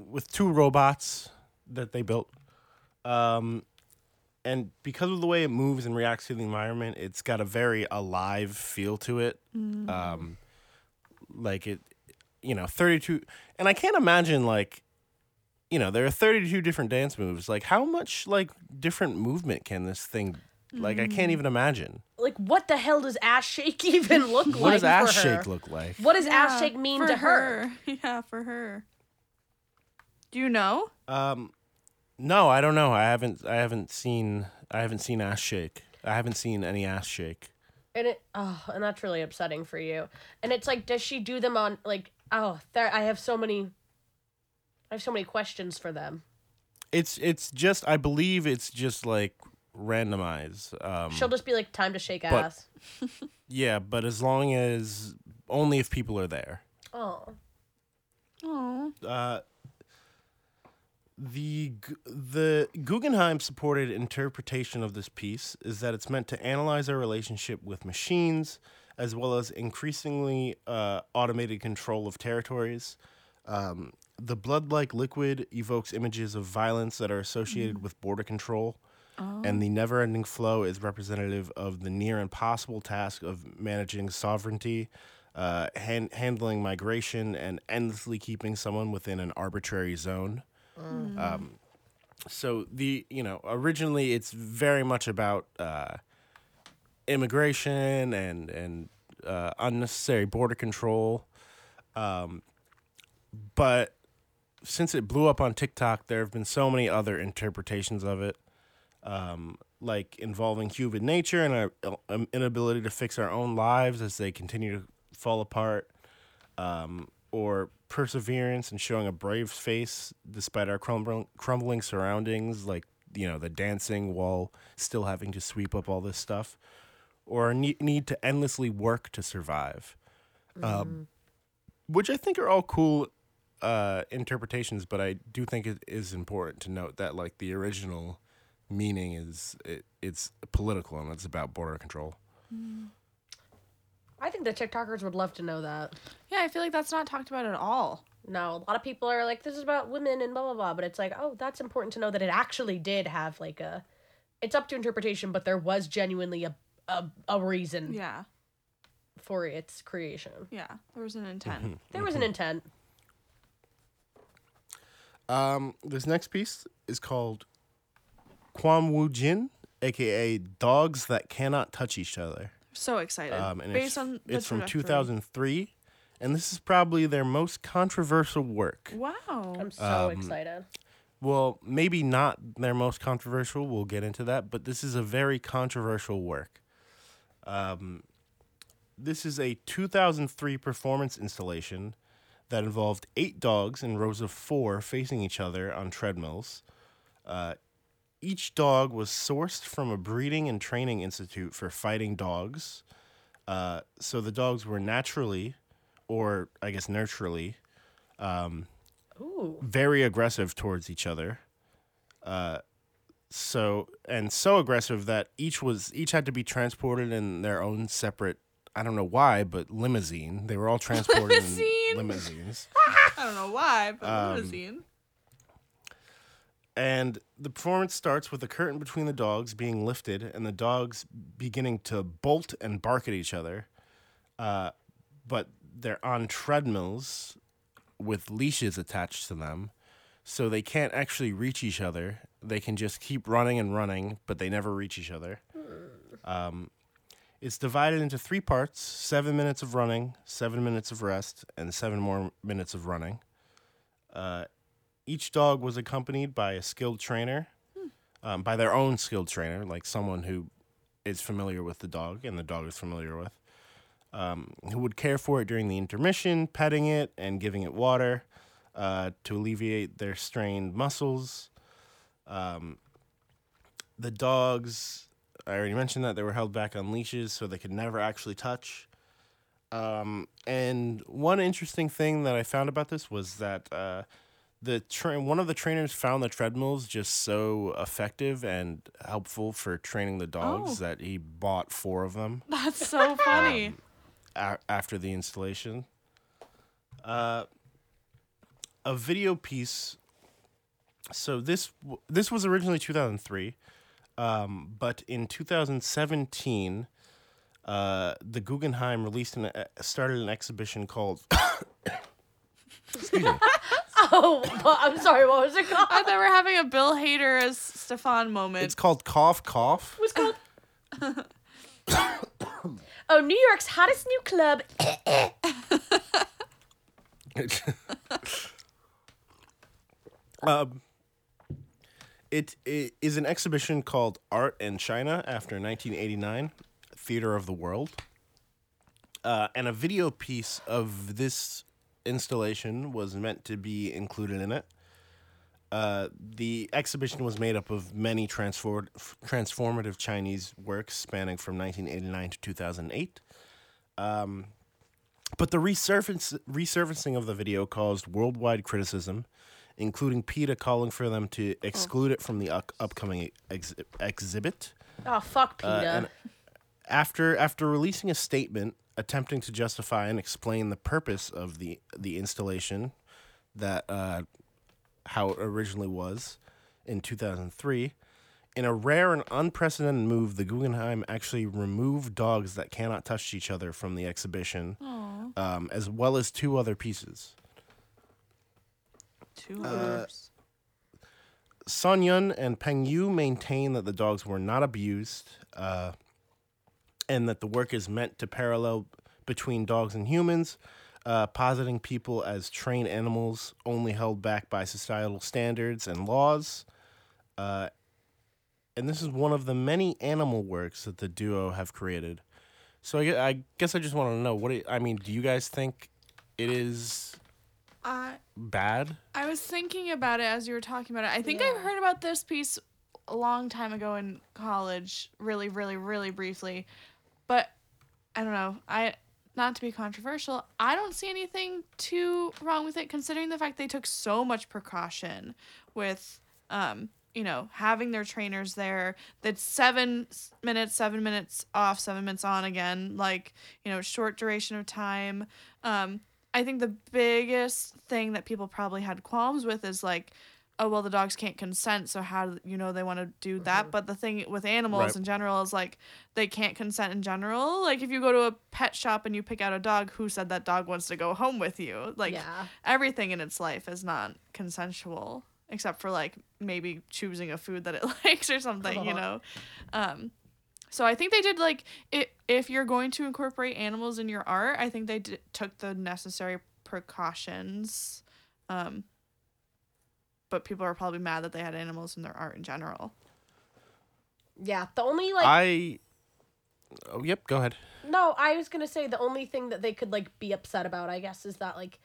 C: with two robots that they built. Um, and because of the way it moves and reacts to the environment, it's got a very alive feel to it. Um, like it, you know, 32. And I can't imagine, like, you know, there are 32 different dance moves. Like, how much, like, different movement can this thing, like, I can't even imagine.
B: Like, what the hell does ass shake even look like?
C: What does ass
B: for her?
C: shake look like?
B: What does
A: Yeah,
B: ass shake mean
A: for
B: to her?
A: Yeah, for her. Do you know?
C: Um, no, I don't know. I haven't. I haven't seen. I haven't seen ass shake. I haven't seen any ass shake.
B: and it oh and that's really upsetting for you and it's like does she do them on like oh there i have so many i have so many questions for them
C: It's. It's just. I believe it's just like randomized. Um,
B: she'll just be like time to shake
C: But-
B: ass
C: yeah, but as long as only if people are there.
B: oh
A: Oh,
C: Uh, the Gu- the Guggenheim supported interpretation of this piece is that it's meant to analyze our relationship with machines, as well as increasingly uh, automated control of territories. Um, the blood-like liquid evokes images of violence that are associated with border control, and the never-ending flow is representative of the near impossible task of managing sovereignty, uh, han- handling migration, and endlessly keeping someone within an arbitrary zone. Um, so the you know originally it's very much about uh, immigration and and uh, unnecessary border control, um, but since it blew up on TikTok, there have been so many other interpretations of it. Um, like involving human nature and our il- um, inability to fix our own lives as they continue to fall apart, um, or perseverance and showing a brave face despite our crumbling, crumbling surroundings, like you know the dancing while still having to sweep up all this stuff, or our ne- need to endlessly work to survive, um, which I think are all cool uh, interpretations, but I do think it is important to note that like the original meaning is it, it's political and it's about border control.
B: I think the TikTokers would love to know that.
A: Yeah, I feel like that's not talked about at all.
B: No, a lot of people are like, this is about women and blah, blah, blah. But it's like, oh, that's important to know that it actually did have like a. It's up to interpretation, but there was genuinely a, a, a reason
A: Yeah,
B: for its creation.
A: yeah. There was an
C: Mm-hmm.
A: intent.
B: There was an intent.
C: Um, this next piece is called Kwam Woo Jin, aka Dogs That Cannot Touch Each Other.
A: so excited.
C: Um, and
A: Based
C: it's,
A: on the
C: it's from
A: trajectory.
C: 2003, and this is probably their most controversial work.
A: Wow.
B: I'm so
C: Um,
B: excited.
C: Well, maybe not their most controversial. We'll get into that, but this is a very controversial work. Um, this is a 2003 performance installation that involved eight dogs in rows of four facing each other on treadmills. Uh, each dog was sourced from a breeding and training institute for fighting dogs. Uh, so the dogs were naturally, or I guess nurturally,
B: Ooh.
C: very aggressive towards each other. Uh, so and so aggressive that each was each had to be transported in their own separate. I don't know why, but limousine. They were all transported
A: Limousine?
C: in limousines.
A: I don't know why, but
C: Um,
A: limousine.
C: And the performance starts with the curtain between the dogs being lifted and the dogs beginning to bolt and bark at each other. Uh, but they're on treadmills with leashes attached to them. So they can't actually reach each other. They can just keep running and running, but they never reach each other. Um, it's divided into three parts seven minutes of running, seven minutes of rest, and seven more minutes of running. Uh, Each dog was accompanied by a skilled trainer, um, by their own skilled trainer, like someone who is familiar with the dog and the dog is familiar with, um, who would care for it during the intermission, petting it and giving it water uh, to alleviate their strained muscles. Um, the dogs, I already mentioned that they were held back on leashes so they could never actually touch. Um, and one interesting thing that I found about this was that uh, the tra- one of the trainers found the treadmills just so effective and helpful for training the dogs that he bought four of them
A: That's so
C: um,
A: funny.
C: a- after the installation. Uh, a video piece. So this w- this was originally 2003, um, but in 2017, uh, the Guggenheim released an e- started an exhibition called
B: Oh, I'm sorry. What was it called?
A: I thought we were having a Bill Hader as Stefan moment.
C: it's called Cough Cough.
B: was called. oh, New York's hottest new club.
C: um, it, it is an exhibition called Art and China after 1989, Theater of the World. Uh, and a video piece of this installation was meant to be included in it. Uh, the exhibition was made up of many transfor- transformative Chinese works spanning from 1989 to 2008. But the resurface, resurfacing of the video caused worldwide criticism, including PETA calling for them to exclude it from the up- upcoming ex- exhibit.
B: Oh, fuck
C: Uh,
B: PETA.
C: After, after releasing a statement attempting to justify and explain the purpose of the, the installation, that uh, how it originally was in 2003, in a rare and unprecedented move, the Guggenheim actually removed dogs that cannot touch each other from the exhibition um, as well as two other pieces.
A: Two words.
C: Sun Yun and Peng Yu maintain that the dogs were not abused uh, and that the work is meant to parallel between dogs and humans, uh, positing people as trained animals only held back by societal standards and laws. Uh, and this is one of the many animal works that the duo have created. So I, gue- I guess I just want to know what it, I mean. Do you guys think it is
A: I
C: bad?
A: I was thinking about it as you were talking about it. I think I
B: Yeah.
A: heard about this piece a long time ago in college, really, really, really briefly. But I don't know. I not to be controversial, I don't see anything too wrong with it considering the fact they took so much precaution with um, you know, having their trainers there. That 7 s- minutes, 7 minutes off, 7 minutes on again, like, you know, short duration of time. Um I think the biggest thing that people probably had qualms with is like oh well the dogs can't consent so how do you know they want to do that but the thing with animals
C: Right.
A: in general is like they can't consent in general like if you go to a pet shop and you pick out a dog who said that dog wants to go home with you like
B: Yeah.
A: everything in its life is not consensual except for like maybe choosing a food that it likes or something you
B: Uh-huh.
A: know um so I think they did like i if you're going to incorporate animals in your art, I think they d- took the necessary precautions. Um, but people are probably mad that they had animals in their art in general.
B: Yeah. The only like
C: I. Oh, yep. Go ahead.
B: No, I was gonna say the only thing that they could like be upset about, I guess, is that like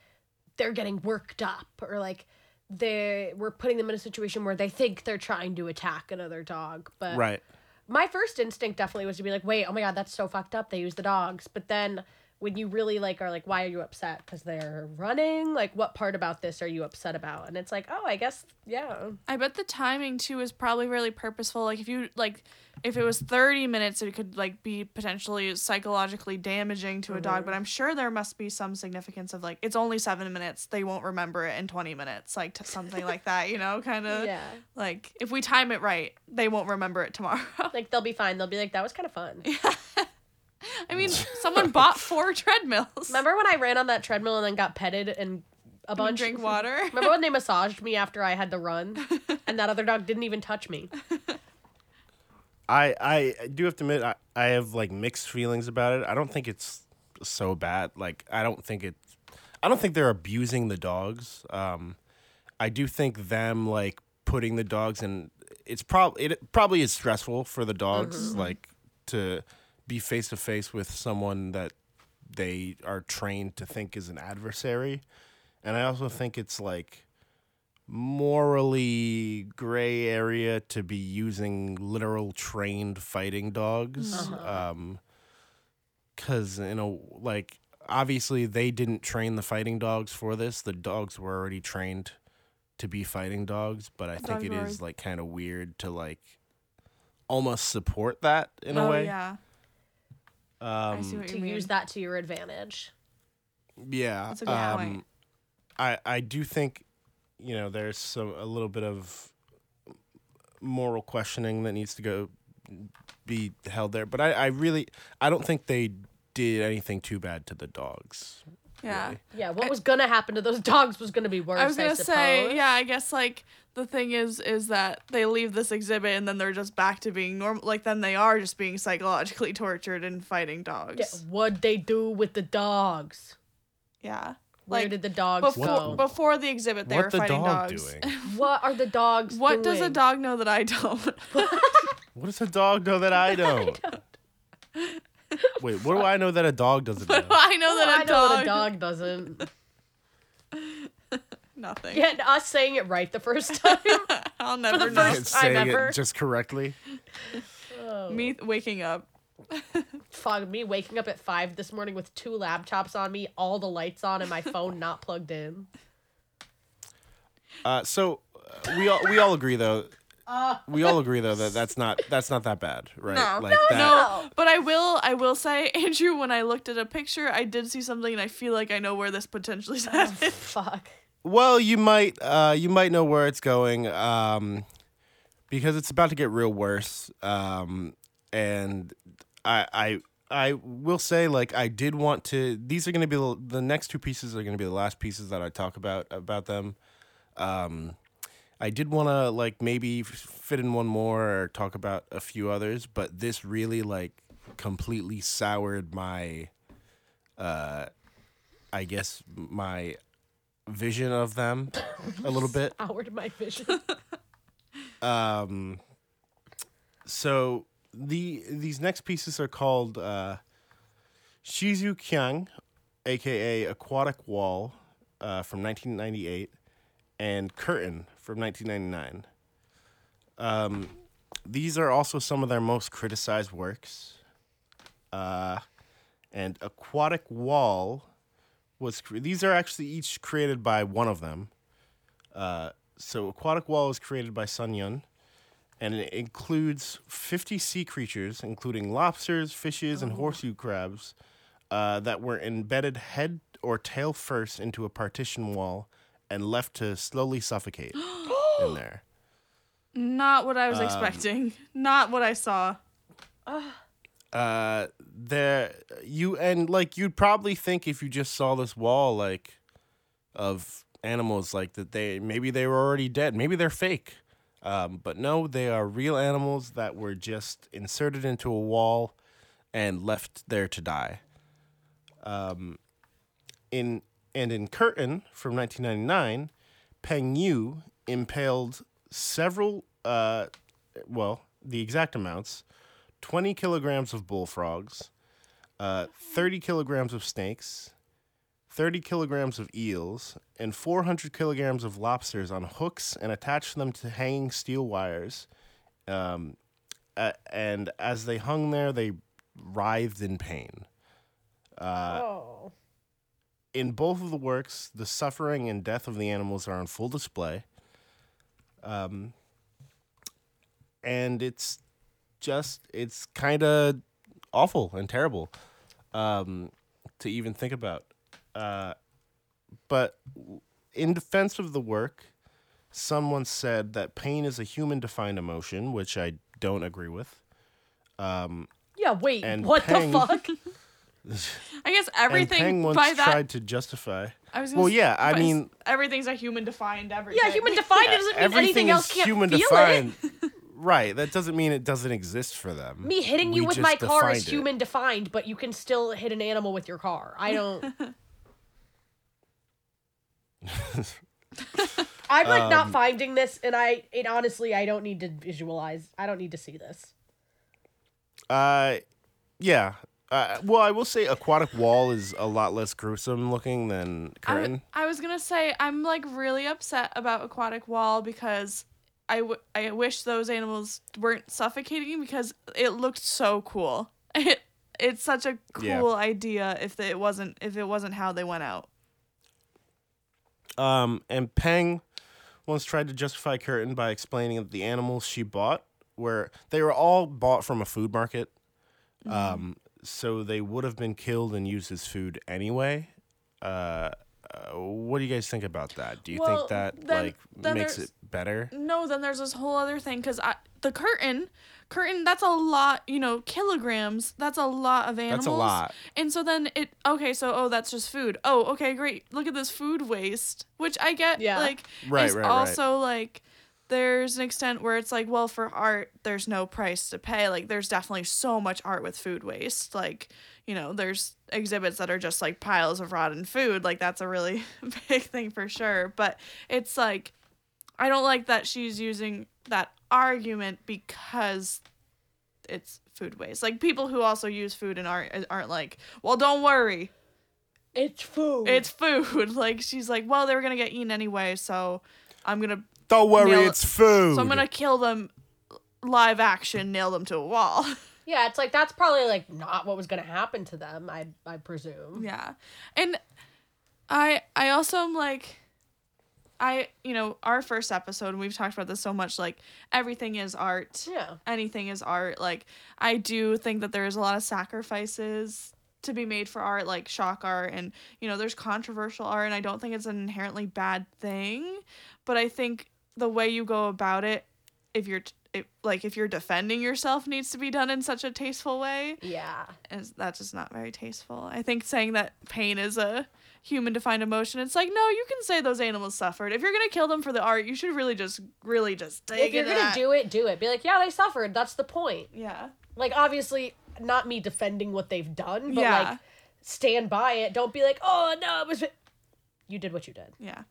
B: they're getting worked up or like they we're putting them in a situation where they think they're trying to attack another dog. But
C: Right.
B: my first instinct definitely was to be like, wait, oh my god, that's so fucked up. They use the dogs. But then when you really like are like, why are you upset? Because they're running. Like, what part about this are you upset about? And it's like, oh, I guess, yeah.
A: I bet the timing too is probably really purposeful. Like if you like, if it was thirty minutes, it could like be potentially psychologically damaging to a dog.
B: Mm-hmm.
A: But I'm sure there must be some significance of like it's only seven minutes. They won't remember it in twenty minutes, like t- something like that. You know, kind of.
B: Yeah.
A: Like if we time it right, they won't remember it tomorrow.
B: Like they'll be fine. They'll be like, that was kind of fun.
A: I mean, someone bought four treadmills.
B: Remember when I ran on that treadmill and then got petted and a
A: You
B: bunch
A: drink water.
B: Remember when they massaged me after I had to run? And that other dog didn't even touch me.
C: I, I I do have to admit I, I have like mixed feelings about it. I don't think it's so bad. Like I don't think it I don't think they're abusing the dogs. Um I do think them like putting the dogs in it's probably it probably is stressful for the dogs like to be face to face with someone that they are trained to think is an adversary. And I also think it's like morally gray area to be using literal trained fighting dogs Um 'cause you know like obviously they didn't train the fighting dogs for this the dogs were already trained to be fighting dogs but i think
A: dogs
C: it
A: were
C: is like kind of weird to like almost support that in a
A: oh
C: way
A: yeah,
C: um
A: I see what
B: To
A: you mean.
B: use that to your advantage.
C: Yeah. um,
A: That's a good point.
C: I I do think, you know, there's some a little bit of moral questioning that needs to go be held there. But I, I really I don't think they did anything too bad to the dogs.
A: yeah.
C: really.
B: Yeah, what was gonna happen to those dogs was gonna be worse.
A: I was gonna say
B: suppose.
A: yeah. I guess like the thing is is that they leave this exhibit and then they're just back to being normal. Like then they are just being psychologically tortured and fighting dogs.
B: Yeah, What'd they do with the dogs?
A: Yeah.
B: Where
A: Like
B: did the dogs
A: before
B: go?
A: before the exhibit, they were
C: What the
A: fighting
C: dog
A: dogs.
C: doing?
B: what are the dogs?
A: What does a
B: doing?
A: dog know that I don't?
C: What does a dog know that I don't? Wait, what do I know that a dog doesn't know?
A: I know
B: Oh,
A: that
B: I
A: a
B: know
A: dog.
B: what a dog doesn't.
A: Nothing.
B: Yeah, and us saying it right the first time.
A: I'll never
B: the
A: know.
B: first-
C: It's
B: I've
C: saying
B: ever-
C: it just correctly.
A: Me waking up.
B: Fuck me, waking up at five this morning with two laptops on me, all the lights on, and my phone not plugged in.
C: Uh, so uh, we all we all agree though. we all agree though that that's not that's not that bad, right?
A: No.
C: like that,
A: No, but I will. I will say, Andrew. When I looked at a picture, I did see something, and I feel like I know where this potentially is
B: Oh,
A: headed.
B: Fuck.
C: Well, you might uh, you might know where it's going um, because it's about to get real worse. Um, and I I I will say like I did want to. These are going to be the, the next two pieces are going to be the last pieces that I talk about about them. Um, I did want to like maybe f- fit in one more or talk about a few others, but this really like completely soured my uh I guess my vision of them a little bit.
B: Howard, my vision.
C: Um So the these next pieces are called uh, Shizu Kyang, aka Aquatic Wall, uh, from 1998, and Curtain from 1999. Um, these are also some of their most criticized works. Uh, and Aquatic Wall was cre- these are actually each created by one of them. Uh, so Aquatic Wall was created by Sun Yun and it includes 50 sea creatures, including lobsters, fishes, and horseshoe crabs, uh, that were embedded head or tail first into a partition wall and left to slowly suffocate in there.
A: Not what
C: Um,
A: I was expecting. Not what I saw.
C: Uh, there, you and like you'd probably think if you just saw this wall, like of animals, like that they maybe they were already dead, maybe they're fake. Um, but no, they are real animals that were just inserted into a wall and left there to die. Um, in and in Curtain from 1999, Peng Yu impaled several, uh, well, the exact amounts: 20 kilograms of bullfrogs, uh, 30 kilograms of snakes, 30 kilograms of eels and 400 kilograms of lobsters on hooks and attached them to hanging steel wires. Um, a- and as they hung there, they writhed in pain.
B: oh.
C: In both of the works, the suffering and death of the animals are on full display. Um, and it's just, it's kind of awful and terrible um, to even think about. Uh, but w- in defense of the work, someone said that pain is a human defined emotion, which I don't agree with.
B: Yeah, wait.
C: And
B: what
C: Peng-
B: the fuck?
A: I guess
C: And Peng
A: everything
C: once
A: by that.
C: tried to justify.
A: I was gonna
C: well,
A: s-
C: yeah, I
A: but
C: mean,
A: everything's a human defined everything.
B: Yeah, human defined it doesn't mean anything
C: is
B: else can't
C: human
B: feel
C: defined.
B: it.
C: right. That doesn't mean it doesn't exist for them.
B: Me hitting you
C: We
B: with
C: just
B: my car is
C: defined it.
B: human defined, but you can still hit an animal with your car. I don't. I'm like
C: Um,
B: not finding this, and I it honestly I don't need to visualize. I don't need to see this.
C: Uh, yeah. Uh, well, I will say aquatic wall is a lot less gruesome looking than curtain.
A: I, I was gonna say I'm like really upset about aquatic wall because I, w- I wish those animals weren't suffocating because it looked so cool. It it's such a cool
C: Yeah.
A: idea if it wasn't if it wasn't how they went out.
C: Um, and Peng once tried to justify curtain by explaining that the animals she bought were they were all bought from a food market. Um, so they would have been killed and used as food anyway. Uh, uh, what do you guys think about that? Do you
A: Well,
C: think that
A: then-
C: like
A: then
C: makes
A: there's-
C: it better?
A: No, then there's this whole other thing because the curtain curtain that's a lot you know kilograms that's a lot of animals
C: That's a lot.
A: and so then it okay so oh that's just food oh okay great look at this food waste which i get
B: Yeah.
A: like
C: Right,
A: is
C: right, right.
A: also like there's an extent where it's like well for art there's no price to pay like there's definitely so much art with food waste like you know there's exhibits that are just like piles of rotten food like that's a really big thing for sure but it's like i don't like that she's using that argument because it's food waste. Like people who also use food and art aren't like, well, don't worry,
B: It's food.
A: it's food. Like she's like, well, they were gonna get eaten anyway, so I'm gonna,
C: Don't worry,
A: Neil-
C: it's food.
A: so I'm gonna kill them, live action, nail them to a wall.
B: yeah. It's like that's probably like not what was gonna happen to them. I I presume.
A: yeah, and I I also am like. I, you know, our first episode, and we've talked about this so much like everything is art.
B: Yeah.
A: anything is art. Like I do think that there is a lot of sacrifices to be made for art, like shock art, and you know, there's controversial art, and I don't think it's an inherently bad thing. But I think the way you go about it, if you're t- if, like if you're defending yourself, needs to be done in such a tasteful way,
B: Yeah.
A: and it's- that's just not very tasteful. I think saying that pain is a human defined emotion, it's like no, you can say those animals suffered. If you're gonna kill them for the art, you should really just really just dig
B: If you're
A: into
B: gonna
A: that.
B: do it, do it. Be like, yeah, they suffered. That's the point.
A: yeah.
B: like obviously not me defending what they've done but
A: Yeah.
B: like stand by it don't be like oh no it was you did what you did
A: Yeah.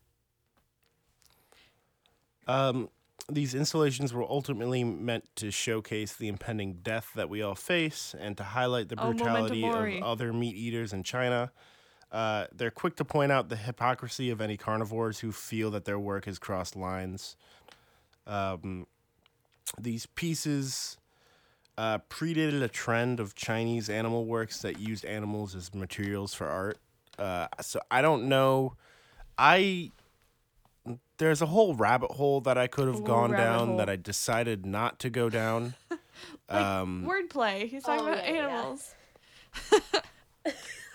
C: Um, These installations were ultimately meant to showcase the impending death that we all face and to highlight the
A: Oh, memento
C: brutality
A: mori.
C: of other meat eaters in China. Uh, they're quick to point out the hypocrisy of any carnivores who feel that their work has crossed lines. Um, these pieces uh, predated a trend of Chinese animal works that used animals as materials for art. Uh, so I don't know. I there's a whole rabbit hole that I could have
A: whole
C: gone
A: rabbit
C: down
A: hole.
C: that I decided not to go down. um,
A: Wordplay. He's talking
B: Oh,
A: about
B: yeah, yeah, yeah.
A: animals.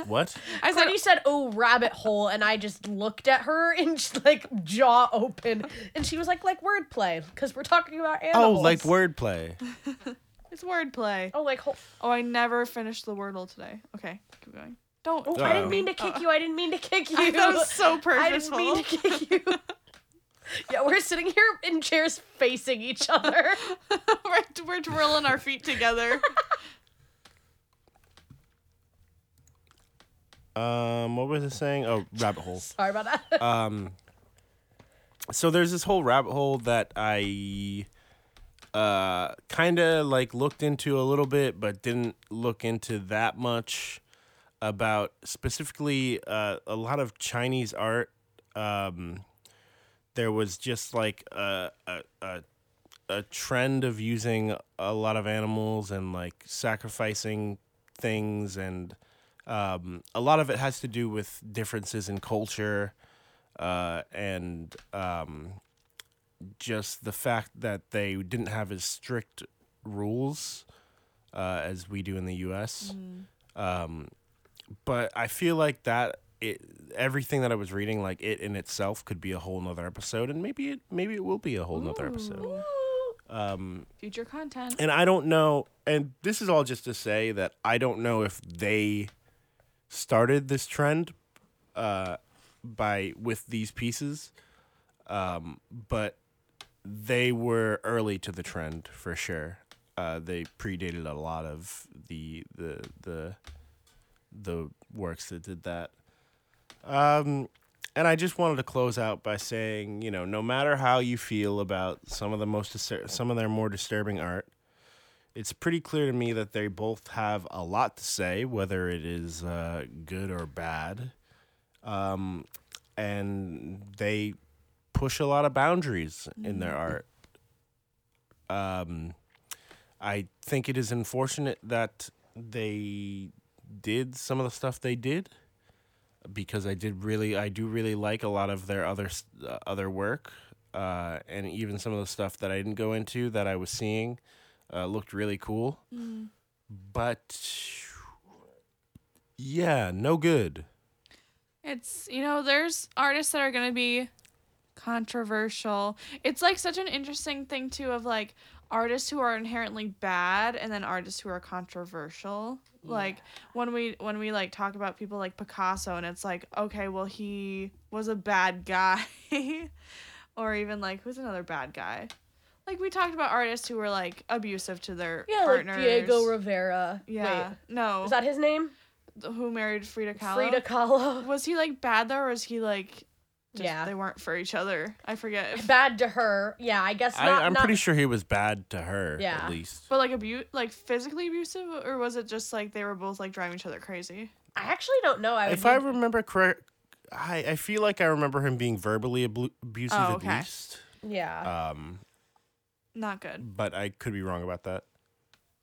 C: what?
A: I said
B: Courtney said, "Oh, rabbit hole," and I just looked at her and just, like jaw open, and she was like, "Like wordplay," because we're talking about
C: Oh,
B: animals.
C: like wordplay.
A: it's wordplay.
B: Oh, like ho-
A: Oh, I never finished the Wordle today. Okay, keep going. Don't.
B: oh,
C: Uh-oh.
B: I didn't mean to kick you. I didn't mean to kick you.
A: That was so
B: I didn't
A: purposeful.
B: mean to kick you. yeah, we're sitting here in chairs facing each other.
A: we're, we're twirling our feet together.
C: Um, what was it saying? Oh, rabbit hole.
B: Sorry about that.
C: um so there's this whole rabbit hole that i uh kind of like looked into a little bit but didn't look into that much about specifically uh, a lot of chinese art um there was just like a, a, a a trend of using a lot of animals and like sacrificing things and um, a lot of it has to do with differences in culture uh, and um, just the fact that they didn't have as strict rules uh, as we do in the U.S. Um, but I feel like that it everything that I was reading, like it in itself, could be a whole nother episode, and maybe it maybe it will be a whole nother episode. Um,
A: Future content.
C: and I don't know. And this is all just to say that I don't know if they started this trend uh, by with these pieces, um, but they were early to the trend for sure. Uh, they predated a lot of the the the the works that did that. Um, and I just wanted to close out by saying, you know, no matter how you feel about some of the most distur- some of their more disturbing art, it's pretty clear to me that they both have a lot to say, whether it is uh, good or bad. Um, and they push a lot of boundaries in their art. Um, I think it is unfortunate that they did some of the stuff they did because I did really I do really like a lot of their other s- uh, other work uh, and even some of the stuff that I didn't go into that I was seeing uh, looked really cool
A: Mm.
C: but yeah no good
A: It's you know, there's artists that are gonna be controversial. It's like such an interesting thing too of like artists who are inherently bad and then artists who are controversial. Like when we when we like talk about people like Picasso and it's like, okay, well he was a bad guy. or even like who's another bad guy? Like we talked about artists who were like abusive to their
B: yeah,
A: partners.
B: like Diego Rivera.
A: Yeah.
B: Wait,
A: No.
B: is that his name?
A: who married Frida Kahlo?
B: Frida Kahlo.
A: Was he like bad though, or was he like? Just,
B: Yeah.
A: they weren't for each other. I forget. If,
B: Bad to her. Yeah, I guess not.
C: I, I'm
B: not-
C: pretty sure he was bad to her
B: Yeah.
C: at least
A: but like abu- like physically abusive, or was it just like they were both like driving each other crazy?
B: I actually don't know. I would
C: if I
B: need-
C: remember correct I, I feel like I remember him being verbally ablu- abusive
A: Oh, okay.
C: at least
B: yeah.
C: um
A: Not good.
C: but I could be wrong about that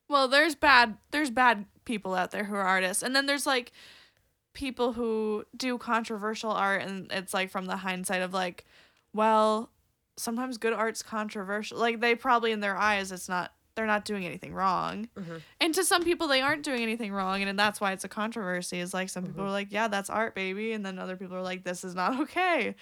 A: Well, there's bad. There's bad people out there who are artists, and then there's like people who do controversial art, and it's like from the hindsight of like, well, sometimes good art's controversial. Like they probably in their eyes, it's not. They're not doing anything wrong.
B: Mhm.
A: And to some people, they aren't doing anything wrong, and that's why it's a controversy. Is like some people are like, "Yeah, that's art, baby," and then other people are like, "This is not okay."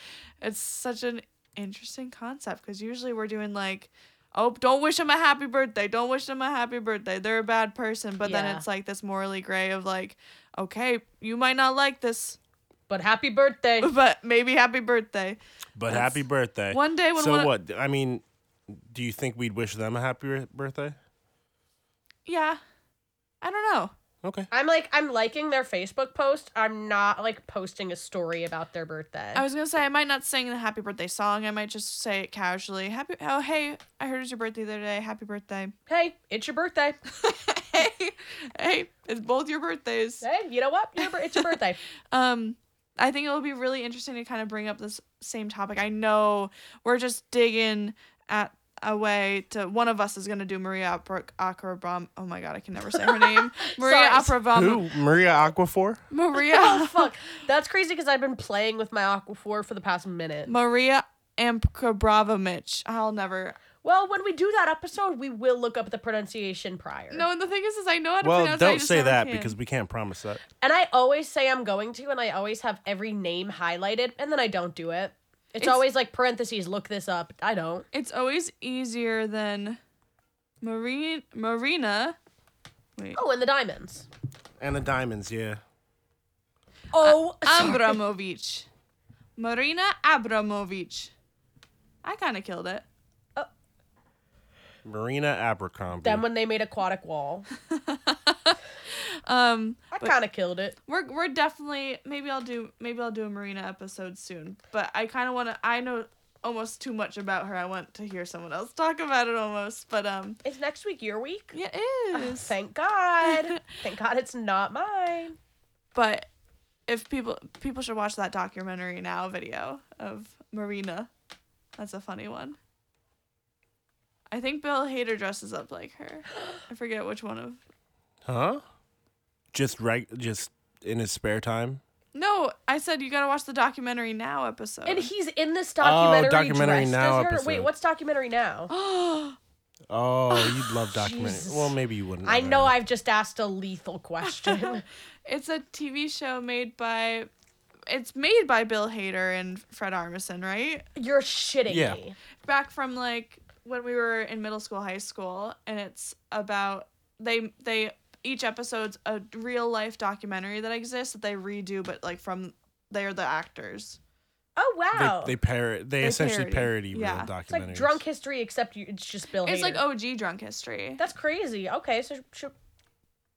A: It's such an interesting concept because usually we're doing like, "Oh, don't wish them a happy birthday. Don't wish them a happy birthday. They're a bad person." But
B: Yeah.
A: then it's like this morally gray of like, "Okay, you might not like this,
B: But happy birthday.
A: but maybe happy birthday
C: but
A: That's-
C: happy birthday
A: one day when
C: so
A: one-
C: what? I mean, do you think we'd wish them a happy r- birthday?
A: Yeah, I don't know.
C: Okay.
B: I'm like I'm liking their Facebook post. I'm not like posting a story about their birthday.
A: I was gonna say I might not sing the happy birthday song. I might just say it casually. Happy oh hey, I heard it's your birthday the other day. Happy birthday.
B: hey, it's your birthday.
A: hey, hey, it's both your birthdays.
B: hey, you know what? Your bir- it's your birthday.
A: Um, I think it'll be really interesting to kind of bring up this same topic. I know we're just digging at a way to one of us is gonna do Maria Opera Akrabam. Oh my god, I can never say her name. Maria
B: Sorry.
A: Akrabam.
C: Who? Maria Aquafor?
B: oh
A: Maria
B: fuck, that's crazy because I've been playing with my Aquaphor for the past minute.
A: Maria Amkrabavamich. I'll never.
B: Well, when we do that episode, we will look up the pronunciation prior.
A: No, and the thing is, is I know how to
C: Well,
A: pronounce. it, I
C: don't
A: just
C: say
A: never
C: that
A: can.
C: because we can't promise that.
B: And I always say I'm going to, and I always have every name highlighted, and then I don't do it. It's,
A: It's-
B: always like parentheses, look this up. I don't.
A: It's always easier than Marine Marina. Wait.
B: Oh, and the diamonds.
C: And the diamonds, yeah.
B: Oh,
A: Abramovich. Marina Abramovich. I kind of killed it.
C: Marina Abercrombie.
B: then when they made Aquatic Wall,
A: Um
B: I kind of killed it.
A: we're we're definitely maybe I'll do maybe I'll do a Marina episode soon, but I kind of want to I know almost too much about her. I want to hear someone else talk about it almost, but um
B: Is next week your week?
A: yeah, it is.
B: Thank God. Thank God it's not mine.
A: but if people people should watch that documentary now video of Marina. That's a funny one. I think Bill Hader dresses up like her. I forget which one of
C: huh? Just reg- just in his spare time.
A: No, I said you gotta watch the documentary now episode.
B: And he's in this documentary.
C: Oh, Documentary
B: dressed
C: Now
B: as her. Wait,
C: episode.
B: what's documentary now?
C: Oh, you'd love documentary.
B: Jesus.
C: well, maybe you wouldn't.
B: I know
C: that.
B: I've just asked a lethal question.
A: it's a TV show made by it's made by Bill Hader and Fred Armisen, right?
B: You're shitting
C: Yeah.
B: me.
A: back from like when we were in middle school, high school, and it's about they they each episode's a real life documentary that exists that they redo, but like from they're the actors.
B: Oh wow.
C: They, they parrot. They,
A: They
C: essentially
A: parody.
C: parody,
A: Yeah.
C: real documentaries.
B: It's like drunk history, except you, it's just Bill.
A: It's like oh,
B: Hader.
A: OG drunk history.
B: that's crazy. Okay, so should,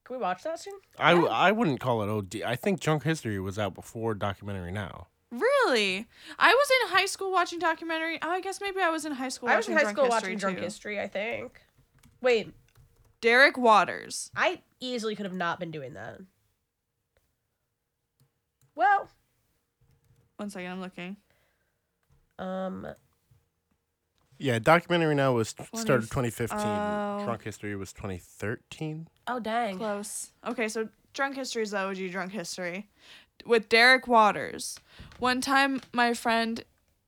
B: can we watch that soon?
C: I, I wouldn't call it OD. I think Drunk History was out before Documentary Now.
A: Really, I was in high school watching documentary. Oh, I guess maybe I was in high school.
B: I was in
A: watching
B: high
A: Drunk
B: school
A: History
B: watching Drunk
A: too.
B: History. I think. Wait,
A: Derek Waters.
B: I easily could have not been doing that. Well,
A: One second, I'm looking.
B: um,
C: Yeah, Documentary Now was started 2015.
A: Oh.
C: Drunk History was 2013.
B: oh dang,
A: Close. Okay, so drunk history is the OG drunk history with Derek Waters. One time, my friend,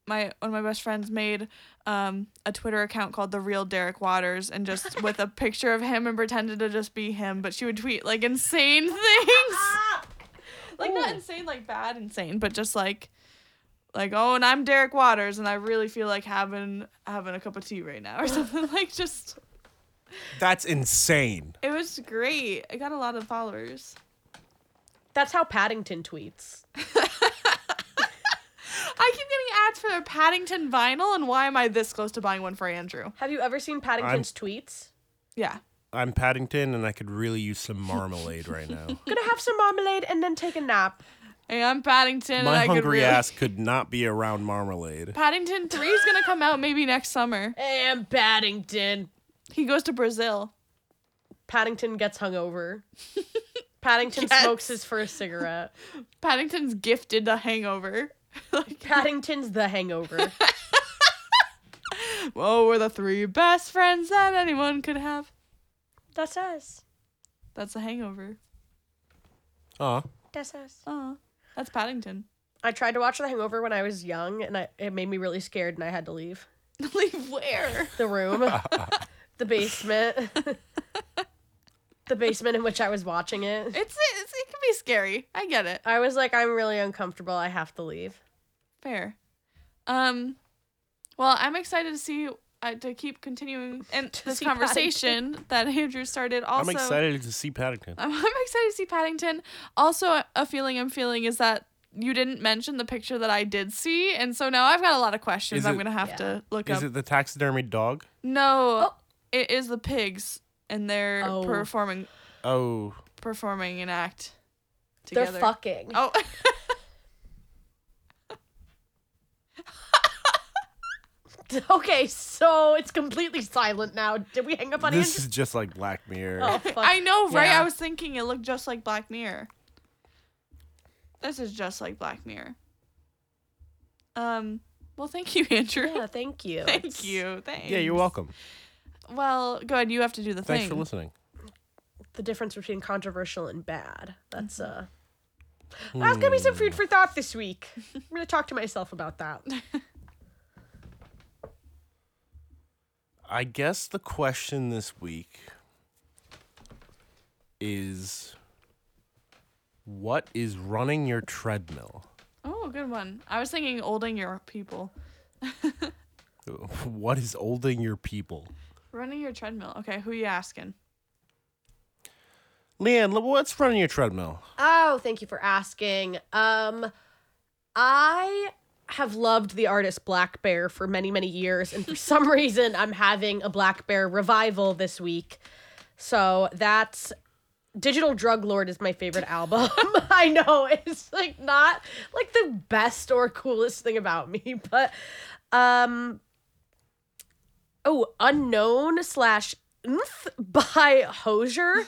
A: my one of my best friends made um, a Twitter account called the Real Derek Waters, and just with a picture of him and pretended to just be him, but she would tweet like insane things, like not
B: Ooh.
A: insane, like bad insane, but just like. Like oh, and I'm Derek Waters, and I really feel like having having a cup of tea right now, or something like just.
C: That's insane.
A: It was great. I got a lot of followers.
B: that's how Paddington tweets.
A: I keep getting ads for their Paddington vinyl, and why am I this close to buying one for Andrew?
B: Have you ever seen Paddington's tweets?
A: Yeah.
C: I'm Paddington, and I could really use some marmalade right now.
B: Gonna have some marmalade and then take a nap.
A: Hey, I'm Paddington. and
C: My
A: I could
C: hungry
A: really-
C: ass could not be around marmalade.
A: Paddington 3 is going to come out maybe next summer.
B: And Paddington.
A: He goes to Brazil.
B: Paddington gets hungover. Paddington
A: Yes.
B: smokes his first cigarette.
A: Paddington's gifted the hangover. like,
B: Paddington's the hangover.
A: whoa, we're the three best friends that anyone could have.
B: That's us.
A: That's the hangover.
C: Aw.
B: That's us.
A: Oh, that's Paddington.
B: I tried to watch The Hangover when I was young, and I, it made me really scared, and I had to leave
A: Leave where?
B: the room, the basement, the basement in which I was watching it.
A: It's, it's It can be scary. I get it.
B: I was like, I'm really uncomfortable. I have to leave.
A: Fair. Um, well, I'm excited to see uh, to keep continuing and this
B: see Paddington.
A: conversation that Andrew started. Also, uh,
C: I'm excited to see Paddington.
A: I'm, I'm excited to see Paddington. Also, a feeling I'm feeling is that you didn't mention the picture that I did see, and so now I've got a lot of questions.
C: Is
A: I'm
C: it-
A: gonna have
B: Yeah.
A: to look
C: Is
A: up.
C: it the taxidermied dog?
A: no, it is the pigs, and they're
B: Oh.
A: performing
C: Oh,
A: performing an act
B: They're
A: together.
B: fucking.
A: Oh.
B: Okay, so it's completely silent now. Did we hang up on
C: This
B: Andrew?
C: is just like Black Mirror.
B: Oh, fuck.
A: I know, right?
B: Yeah.
A: I was thinking it looked just like Black Mirror. This is just like Black Mirror. Um. Well, thank you, Andrew.
B: yeah, thank you.
A: Thank you. Thanks.
C: Yeah, you're welcome.
A: Well, go ahead. You have to do the
C: Thanks
A: thing.
C: for listening.
B: The difference between controversial and bad. That's uh That's gonna be some food for thought this week. I'm gonna talk to myself about that.
C: I guess the question this week is what is running your treadmill?
A: Oh, good one. I was thinking olding your people.
C: What is olding your people?
A: Running your treadmill. Okay, who you asking?
C: Leanne, l- what's running your treadmill?
B: Oh, thank you for asking. Um, I have loved the artist Black Bear for many, many years, and for some reason, I'm having a Black Bear revival this week. So that's Digital Drug Lord is my favorite album. I know it's like not like the best or coolest thing about me, but um, oh, unknown slash Nth by Hosier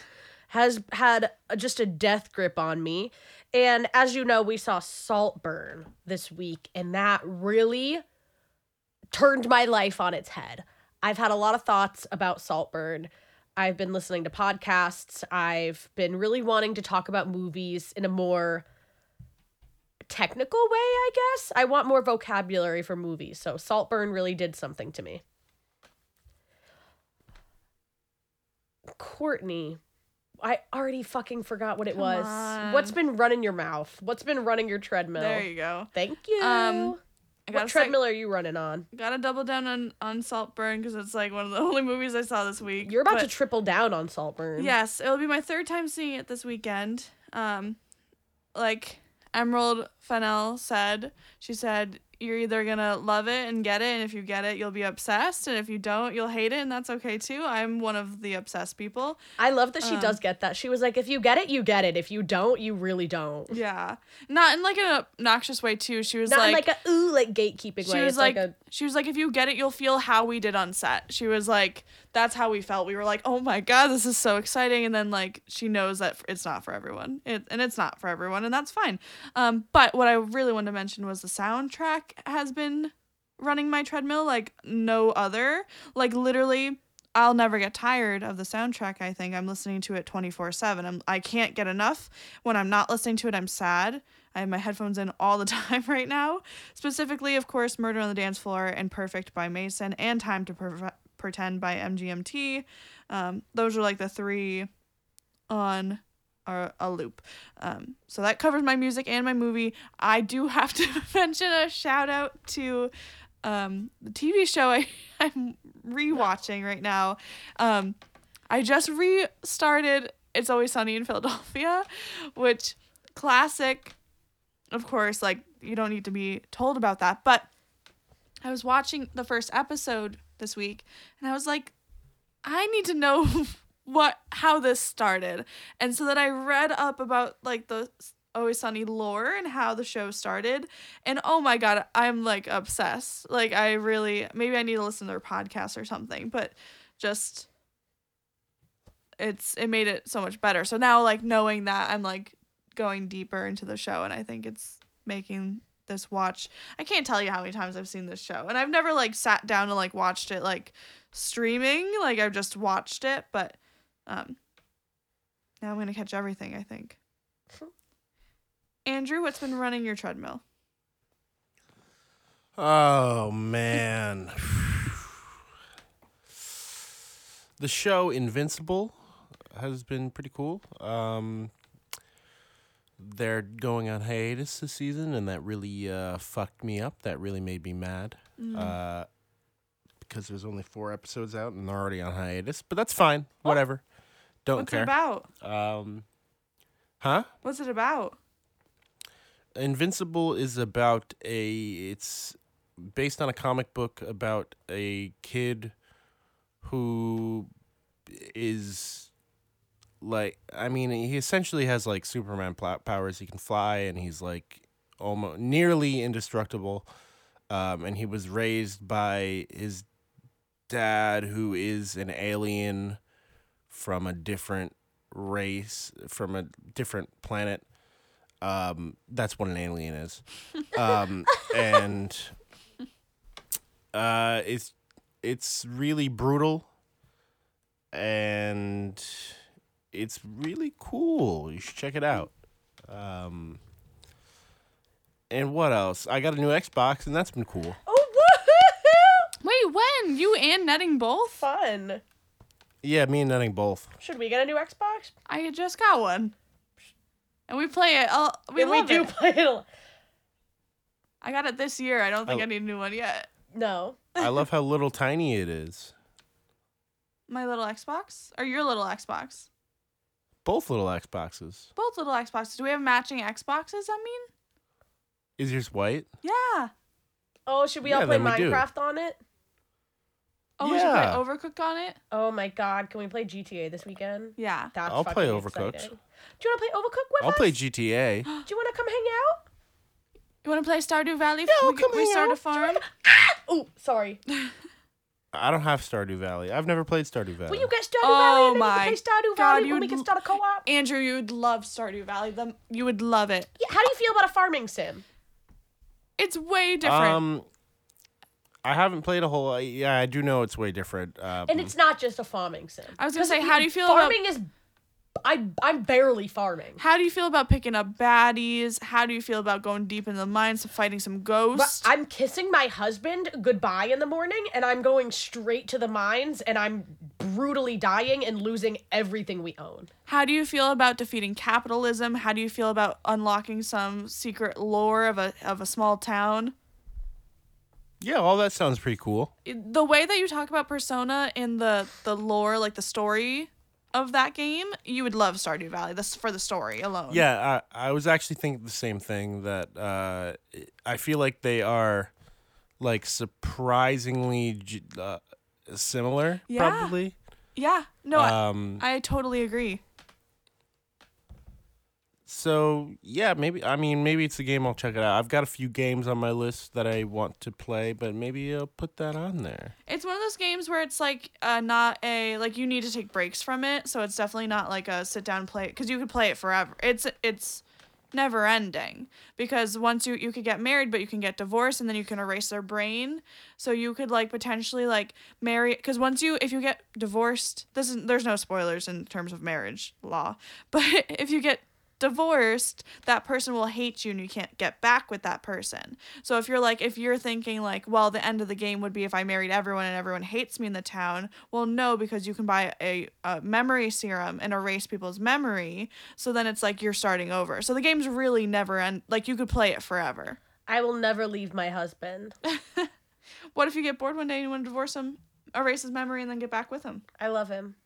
B: has had a- just a death grip on me. And as you know, we saw Saltburn this week, and that really turned my life on its head. I've had a lot of thoughts about Saltburn. I've been listening to podcasts. I've been really wanting to talk about movies in a more technical way, I guess. I want more vocabulary for movies. So Saltburn really did something to me. Courtney, I already fucking forgot what it
A: Come
B: was.
A: on.
B: What's been running your mouth? What's been running your treadmill?
A: There you go.
B: Thank you.
A: Um, I
B: what
A: gotta, say-
B: treadmill are you running on?
A: gotta double down on, on Saltburn because it's like one of the only movies I saw this week.
B: You're about
A: but-
B: to triple down on Saltburn.
A: Yes, it'll be my third time seeing it this weekend. Um, like Emerald Fennell said, she said, you're either gonna love it and get it, and if you get it, you'll be obsessed, and if you don't, you'll hate it, and that's okay too. I'm one of the obsessed people.
B: I love that she
A: Um,
B: does get that. She was like, if you get it, you get it. If you don't, you really don't.
A: Yeah, not in like an obnoxious way too. She was
B: Not in
A: like,
B: like a ooh, like gatekeeping
A: she
B: way.
A: was
B: it's like,
A: like,
B: a
A: she was like, if you get it, you'll feel how we did on set. She was like, that's how we felt. We were like, oh my god, this is so exciting. And then like, she knows that it's not for everyone, it, and it's not for everyone, and that's fine. Um, but what I really wanted to mention was the soundtrack has been running my treadmill like no other. Like literally, I'll never get tired of the soundtrack. I think I'm listening to it 24 seven. I'm I can't get enough. When I'm not listening to it, I'm sad. I have my headphones in all the time right now. Specifically, of course, Murder on the Dance Floor and Perfect by Mason and Time to Perf- Pretend by MGMT. Um, those are like the three on a, a loop. Um, so that covers my music and my movie. I do have to mention a shout out to um, the TV show I, I'm rewatching right now. Um, I just restarted It's Always Sunny in Philadelphia, which classic, of course, like you don't need to be told about that, but I was watching the first episode this week and I was like, I need to know what how this started. And so then I read up about like the Always Sunny lore and how the show started. And oh my god, I'm like obsessed. Like I really maybe I need to listen to their podcast or something, but just it's it made it so much better. So now like knowing that I'm like going deeper into the show and I think it's making this watch. I can't tell you how many times I've seen this show. And I've never like sat down and like watched it like streaming. Like I've just watched it, but um now I'm gonna catch everything, I think. Andrew, what's been running your treadmill?
C: Oh man. the show Invincible has been pretty cool. Um they're going on hiatus this season and that really uh fucked me up. That really made me mad.
A: Mm.
C: Uh because there's only 4 episodes out and they're already on hiatus, but that's fine. Whatever. Don't
A: What's it
C: care.
A: about?
C: Um Huh?
A: What's it about?
C: Invincible is about a it's based on a comic book about a kid who is like I mean, he essentially has like Superman pla- powers. He can fly, and he's like almost nearly indestructible. Um, and he was raised by his dad, who is an alien from a different race, from a different planet. Um, that's what an alien is. Um, and uh, it's it's really brutal, and it's really cool. You should check it out. Um, and what else? I got a new Xbox, and that's been cool.
B: Oh, woohoo!
A: Wait, when? You and Netting both?
B: Fun.
C: Yeah, me and Netting both.
B: Should we get a new Xbox?
A: I had just got one. And we play it. I'll, we
B: Yeah,
A: love
B: we do
A: it.
B: play it. a lot.
A: I got it this year. I don't think
C: Oh.
A: I need a new one yet.
B: No.
C: I love how little tiny it is.
A: My little Xbox? Or your little Xbox?
C: Both little Xboxes.
A: Both little Xboxes. Do we have matching Xboxes, I mean?
C: Is yours white?
A: Yeah.
B: Oh, should we
C: Yeah,
B: all play
C: then we do.
B: Minecraft on it?
A: Oh, we should
C: Yeah.
A: put Overcooked on it?
B: Oh my god, can we play GTA this weekend?
A: Yeah.
B: That's
C: I'll play
B: fucking
C: Overcooked.
B: exciting. Do you want to play Overcooked with
C: I'll
B: us?
C: play GTA.
B: Do you want to come hang out?
A: You want to play Stardew Valley? Yeah,
C: I'll
A: we,
C: come
A: we
C: hang
A: start a
C: out.
A: farm?
C: Ah!
B: Oh, sorry.
C: I don't have Stardew Valley. I've never played Stardew Valley.
B: Will you get Stardew
A: Oh
B: Valley and
A: my
B: then we can play Stardew
A: God,
B: Valley
A: you'd
B: when we can
A: l-
B: start a co-op?
A: Andrew, you would love Stardew Valley. The, you would love it.
B: Yeah, how do you feel about a farming sim?
A: It's way different.
C: um, I haven't played a whole. Yeah, I do know it's way different. Um,
B: And it's not just a farming sim.
A: I was gonna
B: 'Cause
A: say, how do you feel about-
B: farming is? I I'm barely farming.
A: How do you feel about picking up baddies? How do you feel about going deep in the mines and fighting some
B: But
A: ghosts?
B: I'm kissing my husband goodbye in the morning, and I'm going straight to the mines, and I'm brutally dying and losing everything we own.
A: How do you feel about defeating capitalism? How do you feel about unlocking some secret lore of a of a small town?
C: yeah, all that sounds pretty cool.
B: Mm-hmm.
A: It- The way that you talk about persona in the the lore, like the story of that game, you would love Stardew Valley. This for the story alone.
C: Yeah, I, I was actually thinking the same thing that uh, I feel like they are like surprisingly j- uh, similar,
A: Yeah.
C: probably.
A: Yeah. No,
C: Um,
A: I, I totally agree.
C: So yeah, maybe I mean maybe it's a game I'll check it out. I've got a few games on my list that I want to play, but maybe I'll put that on there.
A: It's one of those games where it's like uh, not a like you need to take breaks from it, so it's definitely not like a sit down play because you could play it forever. It's it's never ending because once you you could get married, but you can get divorced, and then you can erase their brain. So you could like potentially like marry because once you if you get divorced, this is there's no spoilers in terms of marriage law, but if you get divorced, that person will hate you and you can't get back with that person. So if you're like, if you're thinking like, well, the end of the game would be if I married everyone and everyone hates me in the town, well, no, because you can buy a, a memory serum and erase people's memory. So then it's like you're starting over. So the game's really never end. Like you could play it forever.
B: I will never leave my husband.
A: What if you get bored one day and you want to divorce him, erase his memory, and then get back with him?
B: I love him.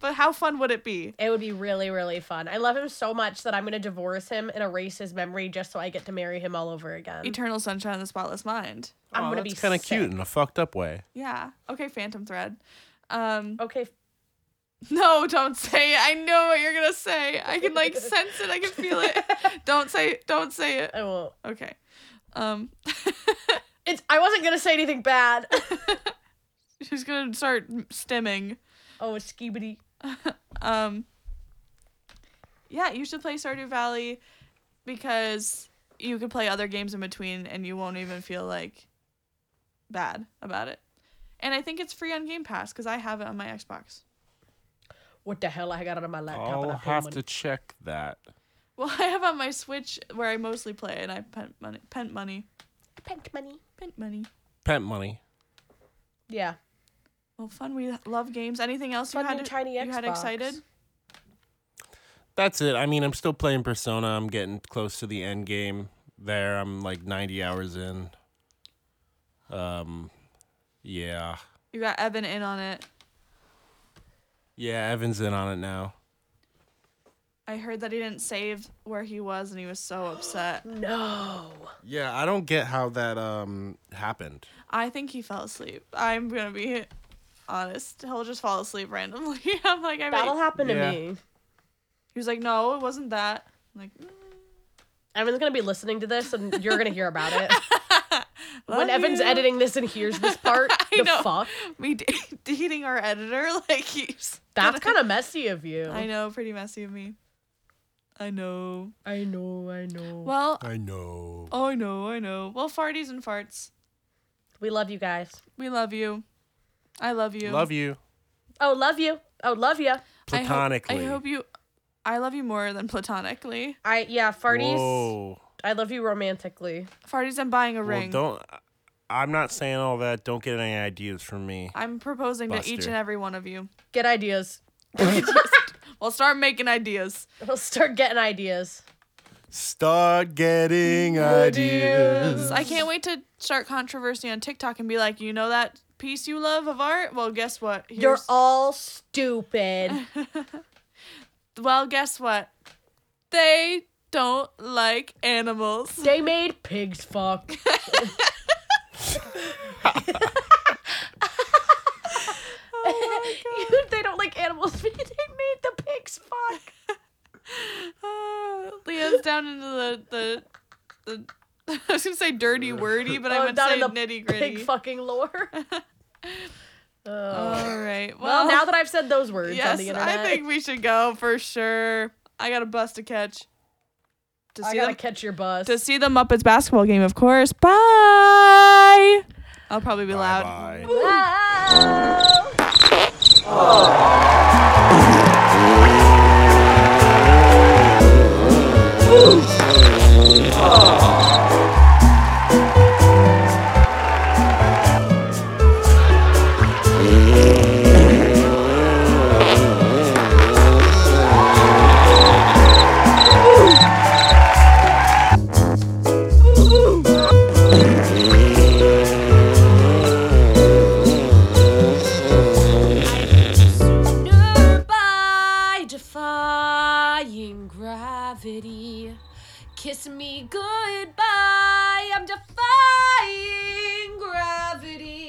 A: But how fun would it be?
B: It would be really, really fun. I love him so much that I'm gonna divorce him and erase his memory just so I get to marry him all over again.
A: Eternal sunshine of the spotless mind.
B: I'm gonna be
C: that's kind of
B: sick.
C: cute in a fucked up way.
A: Yeah. Okay, Phantom Thread. Um,
B: Okay,
A: No, don't say it. I know what you're gonna say. I can like sense it. I can feel it. Don't say. Don't say it.
B: I won't.
A: Okay. Um,
B: It's. I wasn't gonna say anything bad.
A: she's gonna start stimming.
B: oh, skibidi.
A: Um. Yeah, you should play Stardew Valley because you could play other games in between and you won't even feel like bad about it. And I think it's free on Game Pass because I have it on my Xbox.
B: What the hell? I got it on my laptop. and
C: I'll
B: I paid
C: have
B: money.
C: to check that.
A: Well, I have on my Switch where I mostly play and I pent money, pent money,
B: Pent money.
A: pent money.
C: Pent money.
B: Yeah.
A: Well, fun. We love games. Anything else
B: Fun
A: you had? e-
B: new tiny
A: you had
B: Xbox.
A: excited.
C: That's it. I mean, I'm still playing Persona. I'm getting close to the end game there. I'm like 90 hours in. Um, yeah,
A: You got Evan in on it.
C: yeah. Evan's in on it now.
A: I heard that he didn't save where he was, and he was so upset.
B: No.
C: Yeah, I don't get how that um happened.
A: I think he fell asleep. I'm gonna be. honest. He'll just fall asleep randomly. I'm like, I
B: That'll
A: mean,
B: happen to
C: Yeah.
B: me.
A: he was like, no, it wasn't that. I'm like, mm,
B: Evan's gonna be listening to this, and you're gonna hear about it when
A: love
B: Evan's
A: you.
B: editing this and hears this part.
A: I
B: the
A: know.
B: fuck?
A: me d- dating our editor, like he's.
B: That's kind of messy of you.
A: I know, pretty messy of me. I know.
B: I know. I know.
A: Well,
C: I know.
A: I know, I know. Well, farties and farts.
B: we love you guys.
A: We love you. I love you.
C: Love you
B: Oh, love you. Oh, love you.
C: platonically.
A: I hope, I hope you. I love you more than platonically.
B: I yeah, farties.
C: Whoa.
B: I love you romantically.
A: Farties, I'm buying a
C: Well,
A: ring.
C: don't. I'm not saying all that. Don't get any ideas from me.
A: I'm proposing to each
C: Buster.
A: and every one of you.
B: Get ideas.
A: Well, start making ideas.
B: We'll start getting ideas.
C: Start getting ideas.
A: I can't wait to start controversy on TikTok and be like, you know that piece you love of art? Well, guess what?
B: You're
A: Here's-
B: all stupid.
A: well, guess what? They don't like animals.
B: they made pigs fuck.
A: Oh,
B: they don't like animals. but they made the pigs fuck.
A: Uh, Leah's down into the the. the I was gonna say dirty wordy, but I
B: Oh,
A: meant
B: down
A: say
B: in the
A: nitty gritty.
B: Pig fucking lore. Uh,
A: All right.
B: well,
A: Well,
B: now that I've said those words on
A: yes,
B: the internet,
A: I think we should go for sure. I got a bus to catch. To
B: I
A: see
B: gotta
A: them,
B: catch your bus.
A: to see the Muppets basketball game, of course. Bye. I'll probably be loud.
C: Bye.
B: Bye.
D: sooner by defying gravity. Kiss me goodbye, I'm defying gravity.